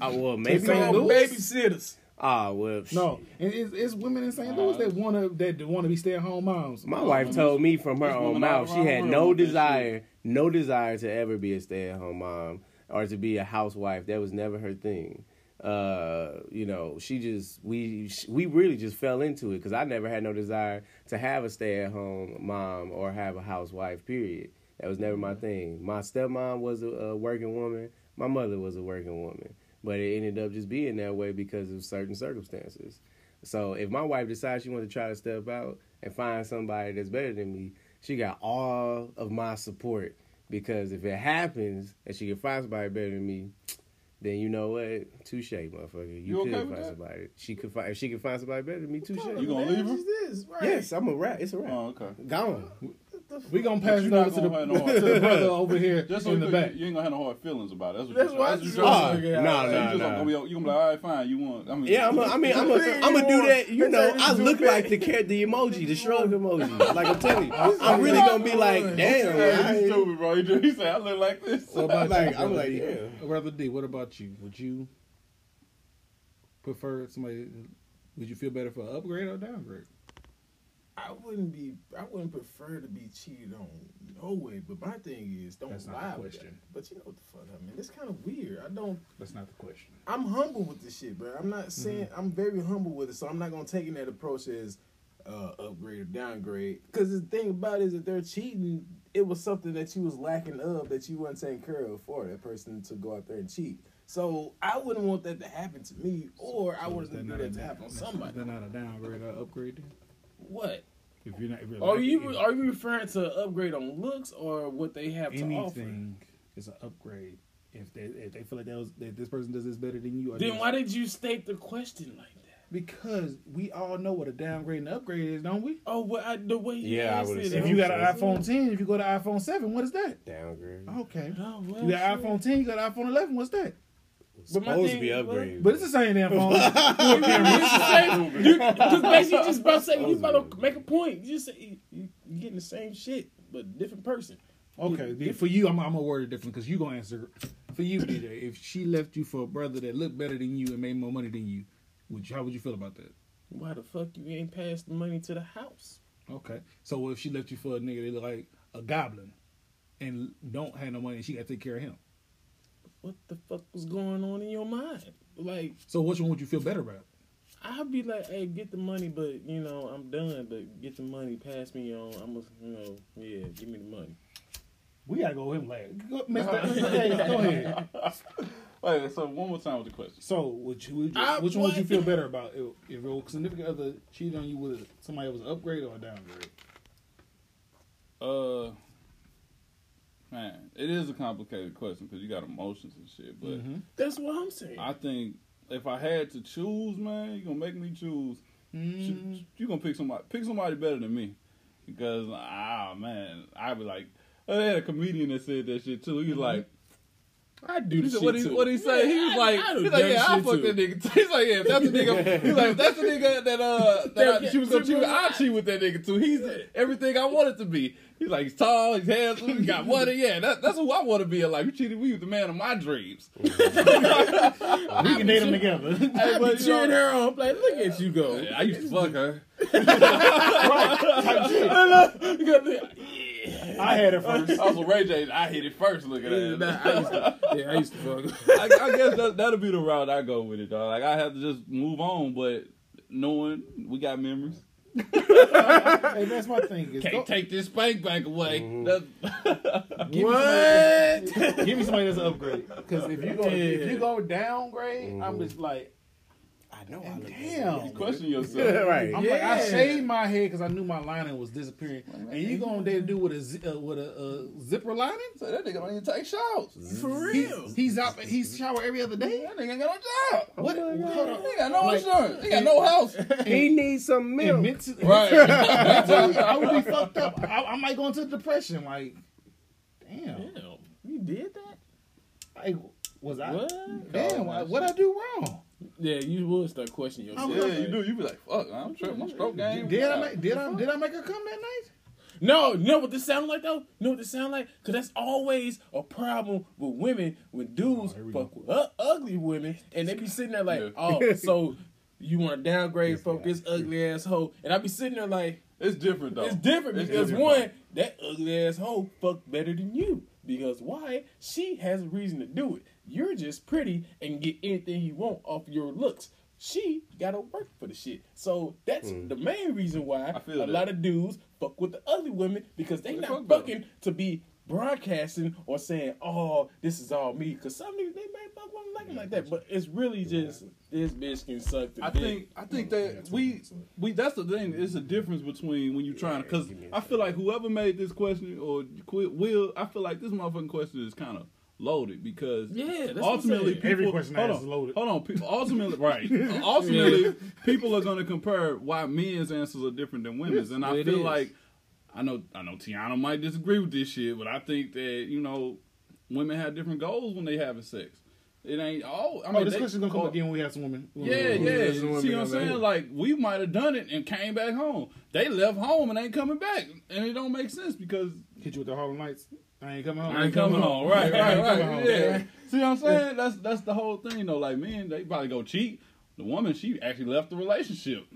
D: Oh well,
C: It's
D: maybe.
A: St.
C: all
A: Louis?
C: babysitters.
D: Ah well. sh-
A: no, and it's, it's women in St. Louis that wanna that want to be stay at home moms.
D: My wife told me from her
B: These
D: own
B: women all
D: mouth she
B: around
D: had
B: the
D: no
B: world, man,
D: desire, no desire to ever be a stay-at-home mom or to be a housewife. That was never her thing. Uh, you know, she just we sh- we really just fell into it because I never had no desire to have a stay-at-home mom or have a housewife. Period. That was never
B: Mm-hmm.
D: my thing. My stepmom was a, a working woman. My mother was a working woman, but it ended up just being that way because of certain circumstances. So if my wife decides she wants to try to step out and find somebody that's better than me, she got all of my support because if it happens and she can find somebody better than me, then you know what, touche, motherfucker. You,
B: You
D: could
B: okay with
D: find
B: that?
D: somebody. She could find if she could find somebody better than me, touche.
B: You gonna leave her?
C: This, right?
D: Yes, I'm a rap. It's a rap.
B: Oh, okay.
D: Gone.
A: We gonna
B: But
A: pass
B: you
A: it
B: not
A: over to the,
B: gonna have no
A: to the
B: hard-
A: brother over here
B: Just so
A: in
B: you,
A: the
B: could-
A: back.
B: you ain't gonna have no hard feelings about it. That's what
C: That's
B: you're
C: why I
B: that's
C: just
B: what you're
D: Ah,
C: trying to figure out.
D: nah,
B: So you
D: nah.
B: just gonna be, you gonna be like, all right, fine. You want? I mean,
D: Yeah, I'm a, I mean, I'm a, I'm gonna do that. You know, I look like the cat, the emoji, the shrug emoji. Like I'm telling you, I'm really gonna be like, damn.
B: Yeah, he's
D: I-
B: stupid, bro. He, just- he said, I look like this.
E: What about
D: Like,
E: you,
D: I'm
E: Brother
D: like,
E: D?
D: yeah.
E: Brother D, what about you? Would you prefer somebody? Would you feel better for an upgrade or a downgrade?
C: I wouldn't be. I wouldn't prefer to be cheated on. No way. But my thing is, don't
E: That's not
C: lie.
E: the
C: with that.
E: question.
C: But you know what the fuck I mean? It's kind of weird. I don't.
E: That's not the question.
C: I'm humble with this shit, bro. I'm not saying
E: Mm-hmm.
C: I'm very humble with it, so I'm not gonna take in that approach as uh, upgrade or downgrade. Because the thing about it is, if they're cheating, it was something that you was lacking of that you wasn't taking care of for that person to go out there and cheat. So I wouldn't want that to happen to me, or I
E: Is that
C: wouldn't
E: not
C: want
E: a
C: that to
E: down-
C: happen to
E: that's-
C: somebody.
E: Is that not a downgrade or an upgrade? Then?
C: What?
A: If you're not, if you're
C: Are
A: like-
C: Oh, you
A: if
C: are you referring to upgrade on looks or what they have to offer?
E: Anything is an upgrade if they if they feel like that was that this person does this better than you. or
C: Then
E: this-
C: why did you state the question like that?
E: Because we all know what a downgrade and upgrade is, don't we?
C: Oh, well, I, the way you
D: Yeah, I
C: asked
D: would've
C: it, Oh,
D: said
E: If
C: I'm
E: you got an
C: so-
E: iPhone 10, if you go to iPhone 7, what is that?
D: Downgrade.
E: Okay.
C: Oh, well,
E: You got
C: shit.
E: iPhone 10, you got iPhone 11, what's that?
C: But my
D: Supposed to
C: thing
D: be
C: is,
D: upgraded.
E: But it's the same damn phone.
C: Because basically, you just about to say you about to make a point. You just say you, you, you getting the same shit, but different person.
E: Okay, then for you, I'm, I'm gonna word it different because you gonna answer. For you, DJ, if she left you for a brother that looked better than you and made more money than you, would you, how would you feel about that?
C: Why the fuck you ain't passed the money to the house?
E: Okay, so if she left you for a nigga that look like a goblin and don't have no money, she gotta take care of him.
C: What the fuck was going on in your mind? Like,
E: So which one would you feel better about?
C: I'd be like, hey, get the money, but you know, I'm done. But get the money, pass me on. I'm gonna, you know, yeah, give me the money.
E: We gotta go with him last. Go, Mr. Hayes, go ahead.
B: Wait, so one more time with the question.
E: So would you, would you-
C: I-
E: which one would you
C: what?
E: feel better about? If, if your significant other cheated on you with somebody that was an upgrade or a downgrade?
B: Uh, Man, it is a complicated question because you got emotions and shit. But
D: Mm-hmm.
C: That's what I'm saying.
B: I think if I had to choose, man, you gonna make me choose.
E: Mm.
B: Ch- You gonna pick somebody, pick somebody better than me, because ah man, I be like, I had a comedian that said that shit too. He was like,
C: I
B: Mm-hmm. he
C: do this
B: said,
C: shit
B: what he
C: too.
B: what he say? He was like,
C: I do
B: he's like,
C: dumb
B: yeah, I
C: shit
B: fuck
C: too."
B: that nigga. He's like, yeah, if that's the nigga. He's like, if that's the nigga that uh that I, she was gonna cheat. with, I cheat with that nigga too. He's everything I wanted to be. He's like, he's tall, he's handsome, he got money. Yeah, that, that's who I want to be in life. You cheated, we was the man of my dreams.
E: We can date them together.
B: Hey, but, you
C: But
B: know,
C: cheering her on, like, look at you go.
B: Yeah, I used to fuck her.
C: You got the-
E: I had it first.
B: I was with Ray J. I hit it first. Look at
C: Nah,
B: that.
C: I used to, yeah, I used to fuck.
B: I, I guess that, that'll be the route I go with it, dog. Like I have to just move on, but knowing we got memories,
A: Hey, that's my thing. Is
B: can't
A: go,
B: take this spank back away.
C: Mm-hmm.
B: That's-
A: give what? Me somebody, give me somebody that's an upgrade. Because if you go, if you go downgrade, I'm just
C: Mm-hmm.
A: like,
D: I know. I
A: damn.
B: question yourself.
D: right.
A: I'm like, I
C: Yeah.
A: shaved my head because I knew my lining was disappearing, and you going to do with a zi- uh, with a uh, zipper lining?
B: So that nigga don't even take showers.
C: For
A: He,
C: real.
A: he's out. He's shower every other day.
B: That nigga ain't got no job.
A: What? Hold on.
B: He got no
A: Like-
B: insurance. He got no house.
D: He needs some
A: And
D: milk.
A: mentally,
B: right.
A: mentally, I would be fucked up. I, I might go into depression. Like, damn.
C: Damn, you did that?
A: Like, was I?
C: What?
A: Damn. I- what I do wrong?
C: Yeah, you would start questioning yourself.
B: Yeah, you do. You be like, fuck, I'm tripping. My stroke game.
A: Did
E: uh,
A: I make? Did I? Did I make her come that night?
C: No, you know what this sound like though? You know what this sound like? Cause that's always a problem with women when dudes fuck with u- ugly women and they be sitting there like,
B: Yeah.
C: oh, so you want to downgrade, fuck this ugly asshole, and I be sitting there like,
B: It's different though.
C: it's different because
B: different.
C: one, that ugly asshole fuck better than you because why? She has a reason to do it. You're just pretty and get anything you want off your looks. She gotta work for the shit, so that's the main reason why
B: Hmm. I
C: a
B: feel that.
C: lot of dudes fuck with the ugly women because they,
B: They fuck
C: not
B: better.
C: fucking to be broadcasting or saying, "Oh, this is all me." Because some niggas they may fuck women like like that, but it's really just this bitch can suck the
B: I
C: dick.
B: think I think that we we that's the thing. It's a difference between when you trying to because
D: me a
B: I feel like whoever made this question or quit will I feel like this motherfucking question is kind of loaded because
C: Yeah, that's what I'm
B: ultimately
C: saying.
B: people,
E: Every question I
B: hold
E: ask
B: on,
E: is loaded.
B: Hold on, people, ultimately right. ultimately, people are going to compare why men's answers are different than women's, and I
C: It
B: feel
C: is.
B: like I know I know Tiana might disagree with this shit, but I think that you know women have different goals when they having sex. It ain't all. I mean,
E: Oh, this
B: they-
E: question's gonna come
B: oh,
E: again when we have some women.
B: yeah, yeah.
D: that's the one
B: See
D: thing
B: what I'm
D: I'm
B: saying?
D: saying.
B: Like we might have done it and came back home. They left home and ain't coming back, and it don't make sense because
E: Hit you with the Harlem Nights. I ain't coming home.
B: I ain't coming home. Right,
E: I
B: right,
E: ain't coming
B: right.
E: home.
B: Yeah. See what I'm saying? That's that's the whole thing though. Like men, they probably go cheat. The woman, she actually left the relationship.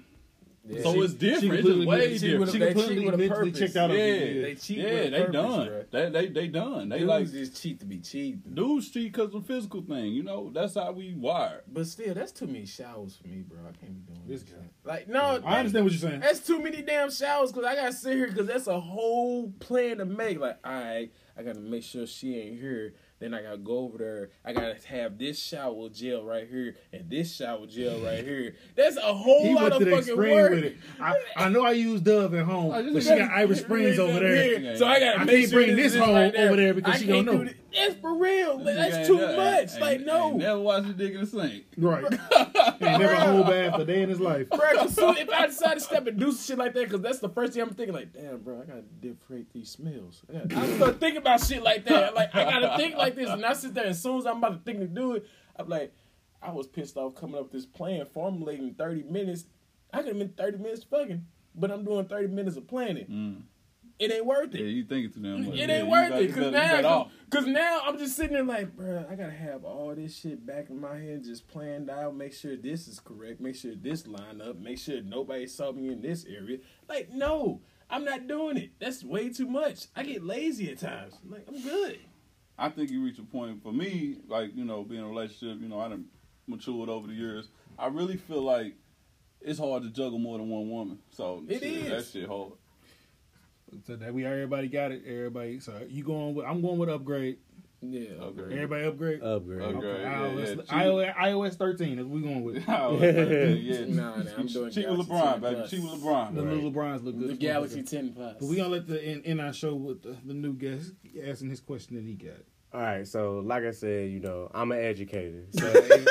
B: So it's
E: she
B: different. It's
E: completely
B: just way
E: went-
C: she
B: different.
C: would've-
E: She
C: They cheat
E: completely
C: with a
E: mentally
C: purpose.
E: checked out on
B: yeah,
E: you.
C: They cheat
B: yeah,
C: with a
B: they
C: purpose,
B: done.
C: bruh.
B: They, they they done. They
C: Dudes
B: like
C: just cheat to be cheating.
B: dudes cheat because of physical thing. You know, that's how we wired.
C: But still, that's too many showers for me, bro. I can't be doing
E: This
C: this.
E: guy.
C: shit. Like, no,
E: I understand what you're saying.
C: That's too many damn showers because I gotta sit here because that's a whole plan to make. Like, all right, I gotta make sure she ain't here. Then I gotta go over there. I gotta have this shower gel right here and this shower gel right here. That's a whole
E: He
C: lot
E: went
C: of
E: to the
C: fucking
E: extreme
C: work.
E: with it. I, I know I use Dove at home,
B: I just
E: but she got
B: got-
E: Irish Springs over there.
C: Here, So I gotta
E: I
C: make
E: can't
C: sure
E: bring this
C: is
E: home over there because
C: I
E: she gonna
C: can't do
E: know.
C: thi- That's for real. Like, that's
B: Ain't
C: too
B: never-
C: much.
B: ain't-
C: like,
B: ain't
C: no.
B: Never watch the dick in the sink.
E: Right. Ain't never a whole bath a day in his life.
C: Bruh, 'cause soon- if I decide to step and do some shit like that, because that's the first thing I'm thinking, like, damn, bro, I gotta differentiate these smells. I gotta- I start thinking about shit like that. Like, I gotta think like this, and I sit there, and as soon as I'm about to think to do it, I'm like, I was pissed off coming up with this plan, formulating 30 minutes. I could have been 30 minutes fucking, but I'm doing 30 minutes of planning.
E: Mm.
C: It ain't worth
B: Yeah,
C: it.
B: you think it's too damn much.
C: It
B: Yeah,
C: ain't
B: you
C: worth
B: better-
C: it
B: you
C: because
B: better- you better
C: now,
B: off.
C: because now I'm just sitting there like, bruh, I gotta have all this shit back in my head, just planned out, make sure this is correct, make sure this line up, make sure nobody saw me in this area. Like, no, I'm not doing it. That's way too much. I get lazy at times. Like, I'm good.
B: I think you reach a point for me, like, you know, being in a relationship, you know, I done matured over the years. I really feel like it's hard to juggle more than one woman. So
C: It
B: shit, that
C: is.
B: shit hard.
E: So that we everybody got it. Everybody. So you going with? I'm going with upgrade.
C: Yeah.
B: Okay.
A: Everybody upgrade.
D: Upgrade.
B: Upgrade.
A: Okay,
B: yeah,
A: iOS,
B: yeah, cheap.
A: iOS, iOS 13 is we going with.
B: yeah,
C: Nah, nah, I'm doing
B: Cheat
C: Galaxy
B: with LeBron,
C: 10
B: baby.
C: Plus.
B: Cheat with LeBron.
A: The little Bronze look good.
C: The Galaxy 10 Plus.
A: But we gonna let the end, end our show with the, the new guest asking his question that he got.
D: All right, so like I said, you know, I'm an educator.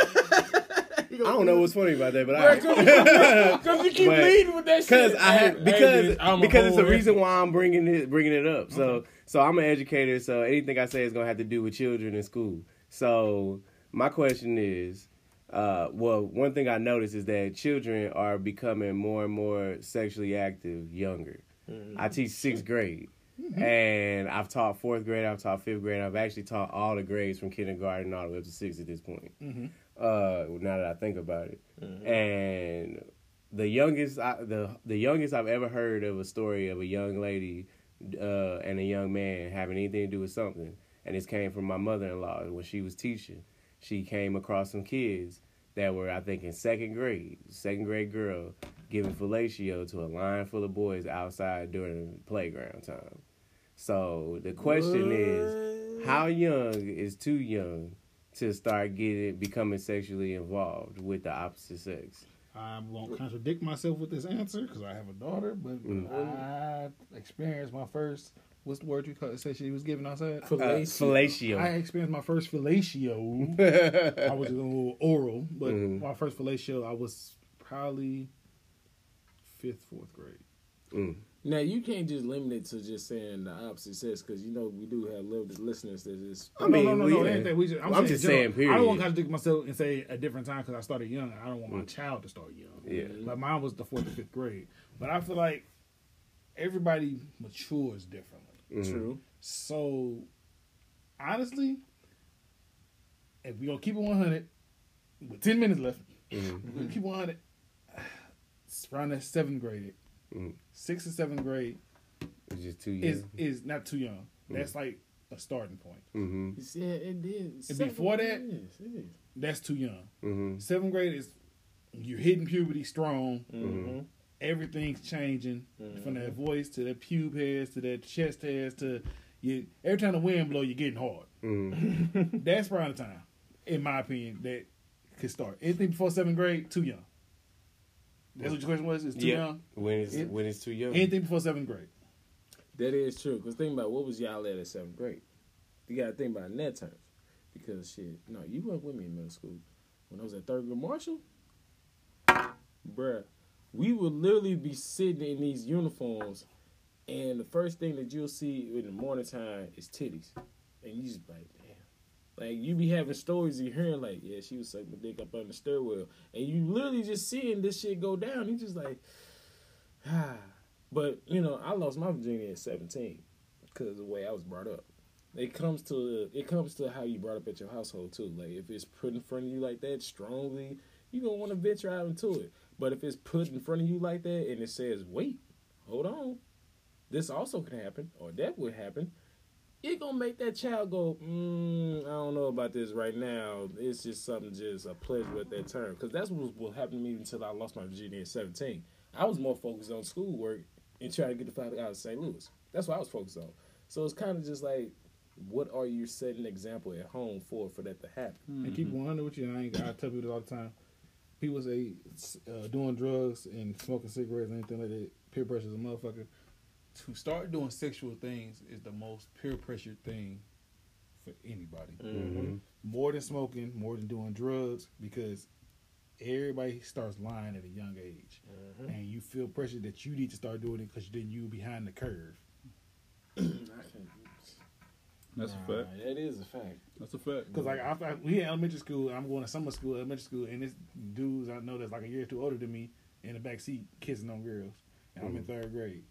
D: So I don't know what's funny about that, but I
C: Because you keep
D: But-
C: leading with that shit.
D: because I
C: Hey,
D: have because
C: hey, I'm a
D: because it's the
C: whole Uh-huh.
D: reason why I'm bringing it bringing it up. So so I'm an educator, so anything I say is gonna have to do with children in school. So my question is, uh, well, one thing I noticed is that children are becoming more and more sexually active younger.
C: Mm-hmm.
D: I teach sixth grade. And I've taught fourth grade, I've taught fifth grade, I've actually taught all the grades from kindergarten all the way up to six at this point. Uh, now that I think about it,
C: Mm-hmm.
D: and the youngest I, the the youngest I've ever heard of a story of a young lady uh, and a young man having anything to do with something, and this came from my mother in law when she was teaching. She came across some kids that were I think in second grade, second grade girl giving fellatio to a line full of boys outside during playground time. So the question is, how young is too young to start getting becoming sexually involved with the opposite sex?
A: I won't contradict myself with this answer because I have a daughter, but when I experienced my first what's the word you call it? Say she was giving outside.
D: Uh, fellatio.
A: I experienced my first fellatio. I was a little oral, but
D: Mhm.
A: my first fellatio, I was probably fifth, fourth grade.
D: Mm.
C: Now you can't just limit it to just saying the opposite sex because you know we do have little listeners that is.
D: I mean,
A: no, no, no,
D: we-
A: no, anything. We just, I'm,
D: I'm
A: saying
D: just
A: general.
D: saying, period. Mm.
A: I don't want to contradict myself and say a different time because I started young. I don't want my child to start young.
D: Yeah.
A: like mine was the fourth or fifth grade. But I feel like everybody matures differently.
C: True.
A: So, honestly, if we gonna keep it one hundred, with ten minutes left,
D: Mm-hmm.
A: we gonna keep one hundred. It's around that seventh grade,
D: Mhm.
A: sixth or seventh grade
D: It's just too young.
A: is is not too young. That's
D: Mm.
A: like a starting point.
D: Mm-hmm.
C: Yeah, it is.
A: And before that-
C: It is, it is.
A: That's too young.
D: Mm-hmm.
A: Seventh grade is you're hitting puberty strong.
C: Mhm.
A: Everything's changing from that voice to that pube hairs to that chest hairs to you. Every time the wind blow, you're getting hard.
D: Mm-hmm.
A: That's around the time, in my opinion, that could start. Anything before seventh grade, too young. That's what your question was. It's too young.
D: When it's
A: It-
D: when it's too young.
A: Anything before seventh grade.
C: That is true. Because think about what was y'all at in seventh grade. You got to think about it in that terms. Because shit, no, you weren't with me in middle school. When I was at third grade Marshall, bruh, we would literally be sitting in these uniforms, and the first thing that you'll see in the morning time is titties, and you just be like, damn. Like you be having stories you hearing like, yeah, she was sucking my dick up on the stairwell, and you literally just seeing this shit go down. You just like, ah. But you know, I lost my virginity at seventeen because of the way I was brought up. It comes to it comes to how you brought up at your household too. Like if it's put in front of you like that strongly, you gonna want to venture out into it. But if it's put in front of you like that and it says, "Wait, hold on, this also can happen or that would happen," it gonna make that child go, mm, "I don't know about this right now. It's just something, just a pleasure at that time." Because that's what, what happened to me until I lost my virginity at seventeen. I was more focused on schoolwork and trying to get the fuck out of St. Louis. That's what I was focused on. So it's kind of just like, what are you setting an example at home for for that to happen?
A: And keep one hundred with you. And I ain't. I tell people this all the time. People say uh, doing drugs and smoking cigarettes and anything like that. Peer pressure is a motherfucker. To start doing sexual things is the most peer pressured thing for anybody.
B: Mm.
A: More than smoking, more than doing drugs, because everybody starts lying at a young age, and you feel pressure that you need to start doing it because then you behind the curve.
B: That's a fact.
C: That is a fact.
B: That's a fact.
A: Cause like I, I we in elementary school, I'm going to summer school, elementary school, and this dudes I know that's like a year or two older than me in the back seat kissing on girls, and I'm in third grade.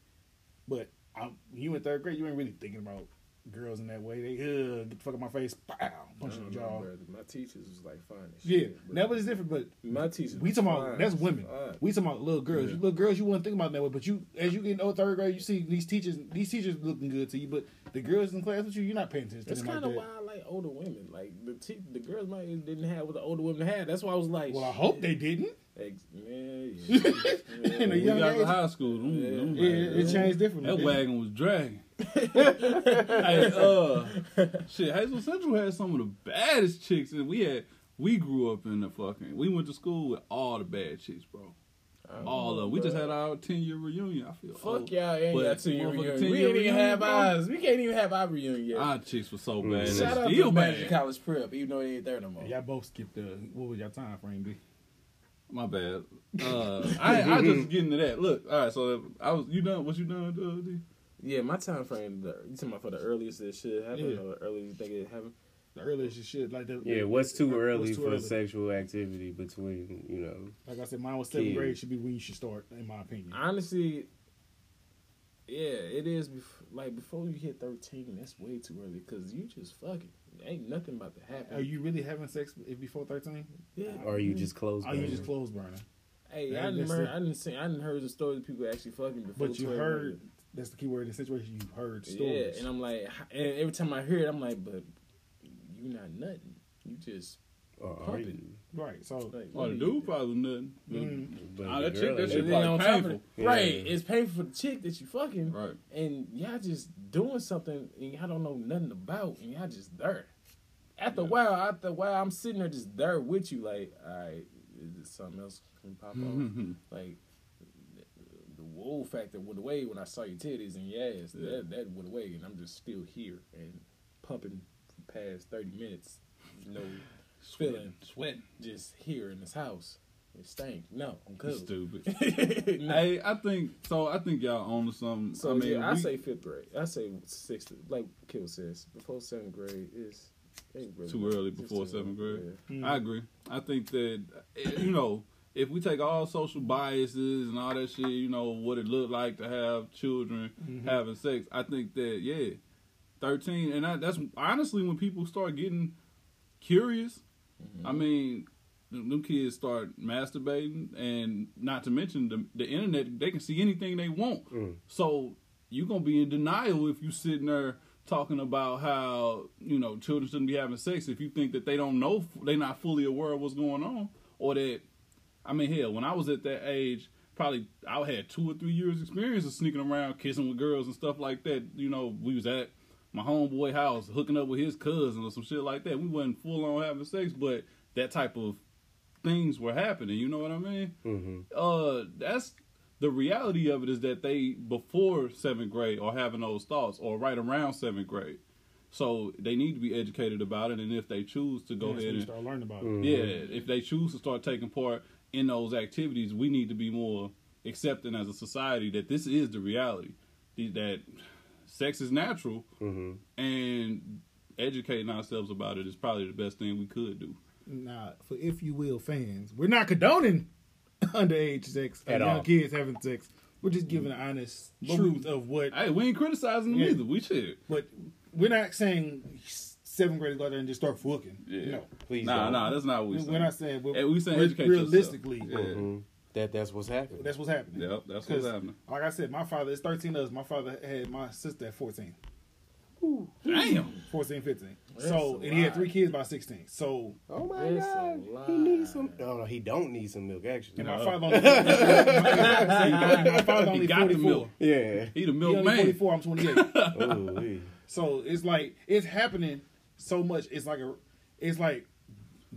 A: But I'm you in third grade, you ain't really thinking about girls in that way. They uh, get the fuck out my face, pow, punch in the
C: Mm-hmm.
A: jaw.
C: My teachers was like fine. As
A: Yeah,
C: shit, but
A: that was different. But
C: my teachers.
A: we
C: was
A: talking about
C: fine
A: that's
C: as
A: women.
C: fuck.
A: We talking about little girls.
B: Yeah.
A: Little girls, you wouldn't think about it that way. But you, as you get in old third grade, you see these teachers. These teachers looking good to you, but the girls in class with you, you're not paying attention.
C: That's
A: to them
C: kind
A: like
C: of
A: that.
C: why I like older women. Like the te- the girls my age didn't have what the older women had. That's why I was like,
A: Well, I hope they didn't.
C: Ex- man, yeah.
A: In a
B: When we
A: young
B: got
A: age,
B: to high school. Mm, them- them
A: Yeah, it
B: like,
A: changed differently.
B: That wagon was dragging. Hey, uh, shit, Hazel Central had some of the baddest chicks, and we had we grew up in the fucking. We went to school with all the bad chicks, bro. all of. 'em. We just had our ten year reunion. I feel
C: Fuck
B: old.
C: y'all, ain't
B: But
C: got to your
B: motherfucking
C: reunion.
B: 10
C: We
B: year
C: ain't even
B: reunion,
C: have
B: bro.
C: ours. We can't even have our reunion yet.
B: Our chicks were so bad. and
C: Shout
B: they
C: out
B: still
C: to Magic
B: bad.
C: College Prep, even though they ain't there no more.
A: Y'all both skipped the. What was your time frame be?
B: My bad. Uh, I I just getting to that. Look, all right. So I was you done? What you done? Uh, D?
C: Yeah, my time frame. The, you talking about for the earliest that shit happened,
A: Yeah.
C: or the earliest you think it happened?
A: The earliest shit like that.
D: Yeah, what's too early
A: too
D: for
A: early?
D: sexual activity between you know?
A: Like I said, mine was seventh
D: Kid.
A: grade. Should be when you should start, in my opinion.
C: Honestly, yeah, it is. Bef- like before you hit thirteen, that's way too early because you just fucking ain't nothing about to happen.
A: Are you really having sex if before thirteen?
C: Yeah.
D: Or are you just closed?
A: Are you just clothes burning?
C: Hey,
A: Yeah,
C: I didn't
A: that's
C: heard.
A: it.
C: I didn't see. I didn't heard the stories of people actually fucking before.
A: But you
C: 12
A: heard. That's the key word in the situation. You heard
C: years.
A: stories.
C: Yeah, and I'm like, and every time I hear it, I'm like, but you not nothing. You just
D: Or are
C: pumping.
D: you?
A: right. So
C: like. what
B: Oh, the
C: are you
B: dude
C: doing?
B: probably nothing.
C: Mm-hmm.
A: mm,
D: But
B: Ah,
D: the
B: that chick-
D: girl
B: that
D: ain't
B: chick
D: it.
C: And then
B: probably
C: on top of it,
B: painful.
D: Yeah.
C: right? It's painful for the chick that you fucking.
B: Right.
C: and y'all just doing something and y'all don't know nothing about and y'all just there. After a while, after a while, I'm sitting there just there with you, like, all right, is this something else can pop off? like the wool factor went away when I saw your titties and your ass.
B: Yeah.
C: That that went away, and I'm just still here and pumping for past thirty minutes. No feeling,
B: Sweating.
C: just here in this house. It stank. No, I'm
B: You
C: cool.
B: Stupid.
C: No.
B: Hey, I think so. I think y'all own to something.
C: So
B: I mean,
C: yeah, I
B: we-
C: say fifth grade. I say sixth. Like Kill says, before seventh grade is ain't really
B: Too early
C: it's
B: before
C: too
B: seventh
C: early,
B: grade.
C: yeah.
B: I agree. I think that eh, you know, if we take all social biases and all that shit, you know, what it looked like to have children having sex, I think that yeah, thirteen, and I, that's honestly when people start getting curious. I
C: Mm-hmm.
B: mean, them them kids start masturbating, and not to mention the the internet, they can see anything they want. So you're gonna be in denial if you sitting there talking about how you know children shouldn't be having sex if you think that they don't know they're not fully aware of what's going on or that i mean hell when i was at that age probably i had two or three years experience of sneaking around kissing with girls and stuff like that you know we was at my homeboy house hooking up with his cousin or some shit like that we wasn't full on having sex but that type of things were happening you know what i mean uh that's the reality of it is that they before seventh grade are having those thoughts or right around seventh grade so they need to be educated about it and if they choose to go
A: that's when
B: ahead
A: you
B: and
A: start learning about it.
D: Mm.
B: yeah if they choose to start taking part in those activities we need to be more accepting as a society that this is the reality the- that sex is natural and educating ourselves about it is probably the best thing we could do
A: Nah, for if you will, fans, we're not condoning underage sex
D: At
A: and young
D: all. Mm.
A: kids having sex. We're just giving the honest truth of what.
B: hey we ain't criticizing them
A: Yeah.
B: either we should
A: But we're not saying seventh graders go out there and just start fucking.
B: Yeah.
A: No,
D: Please
B: nah
D: don't.
B: nah that's not what we
A: we're,
B: saying.
A: we're not saying. We're,
B: Hey, we saying
A: we're-
B: educate yourself.
A: realistically.
B: Yeah.
D: That that's what's happening.
A: That's what's happening.
B: Yep, that's what's
A: 'Cause,
B: happening.
A: Like I said, my father is 13 of us. My father had my sister at 14,
B: Damn.
A: 14, 15.
C: That's
A: so,
C: a
A: and he had
C: lot.
A: three kids by 16. So,
D: Oh my
C: It's a
D: god,
C: lie.
D: he needs some. Oh no, he don't need some milk actually.
A: and my
B: Wow.
A: father only, my father
B: He
A: only
B: got the
A: 44.
B: milk.
D: Yeah.
B: He the
A: He only
B: milkman.
A: 44, I'm 28.
D: Ooh-wee.
A: So it's like it's happening so much. It's like a, it's like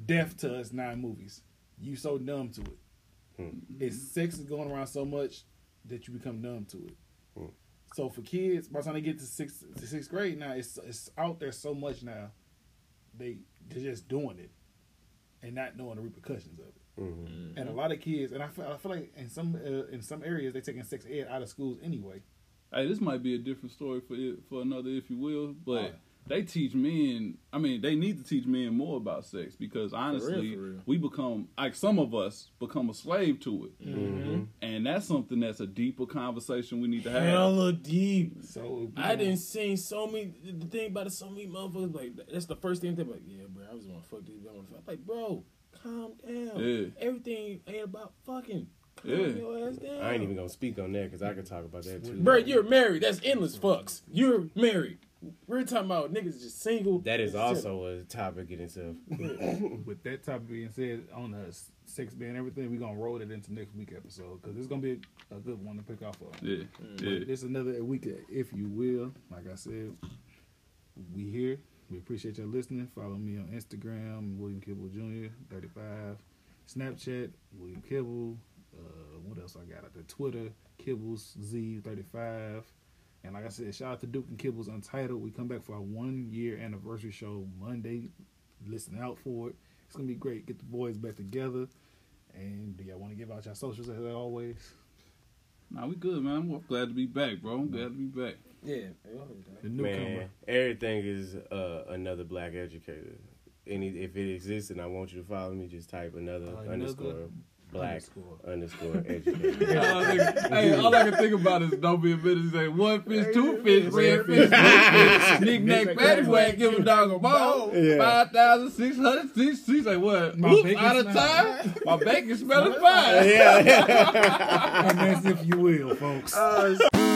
A: death to us nine movies. You so numb to it. It's sex is going around so much that you become numb to it. So for kids, by the time they get to sixth to sixth grade now, it's it's out there so much now. They they're just doing it, and not knowing the repercussions of it. And a lot of kids, and I feel, I feel like in some uh, in some areas they're taking sex ed out of schools anyway.
B: Hey, this might be a different story for it, for another, if you will. But
A: Alright.
B: they teach men. I mean, they need to teach men more about sex because honestly,
C: for real.
B: we become like some of us become a slave to it,
C: Mm-hmm.
B: and that's something that's a deeper conversation we need to have.
C: Hella deep.
A: So
C: I didn't seen so many. The thing about it, so many motherfuckers like that's the first thing they like. Yeah, bro, I just want to fuck this. I want to fuck. Like, bro, calm down.
B: Yeah.
C: Everything ain't about fucking. Calm
B: Yeah.
C: your ass down.
D: I ain't even gonna speak on that because I could talk about that too.
C: Bro, you're married. That's endless fucks. You're married. We're talking about niggas just single.
D: That is
C: Shit.
D: also a topic in itself.
A: With that topic being said, on the s- six band and everything, we're gonna roll it into next week episode because it's gonna be a good one to pick off of.
B: Yeah, yeah.
C: Mm-hmm.
A: But it's another week, if you will. Like I said, we here. We appreciate y'all listening. Follow me on Instagram, William Kibble Jr. 35, Snapchat, William Kibble. Uh, what else I got? The Twitter, Kibbles Z 35. And like I said, shout out to Duke and Kibbles Untitled. We come back for our one year anniversary show Monday. Listen out for it. It's gonna be great. Get the boys back together. And do y'all want to give out y'all socials as always?
B: Nah, we good, man. I'm glad to be back, bro.
C: Mm-hmm.
B: I'm glad to be back.
C: Yeah. Go ahead, dog.
A: The newcomer.
D: Man, everything is uh, another black educator. Any if it exists and I want you to follow me, just type another,
A: Another
D: underscore black
A: underscore.
D: underscore educator.
B: All I think- hey, all I can think about is don't be a bitch and say one fish, two fish, red fish, blue fish, knick knack, patty whack, give a dog a bone,
D: Yeah.
B: five thousand six hundred six. She's like, what?
A: My
B: Oops,
A: bacon
B: out of
A: smell.
B: time. My bacon smelling fine.
D: yeah.
A: And that's if you will, folks.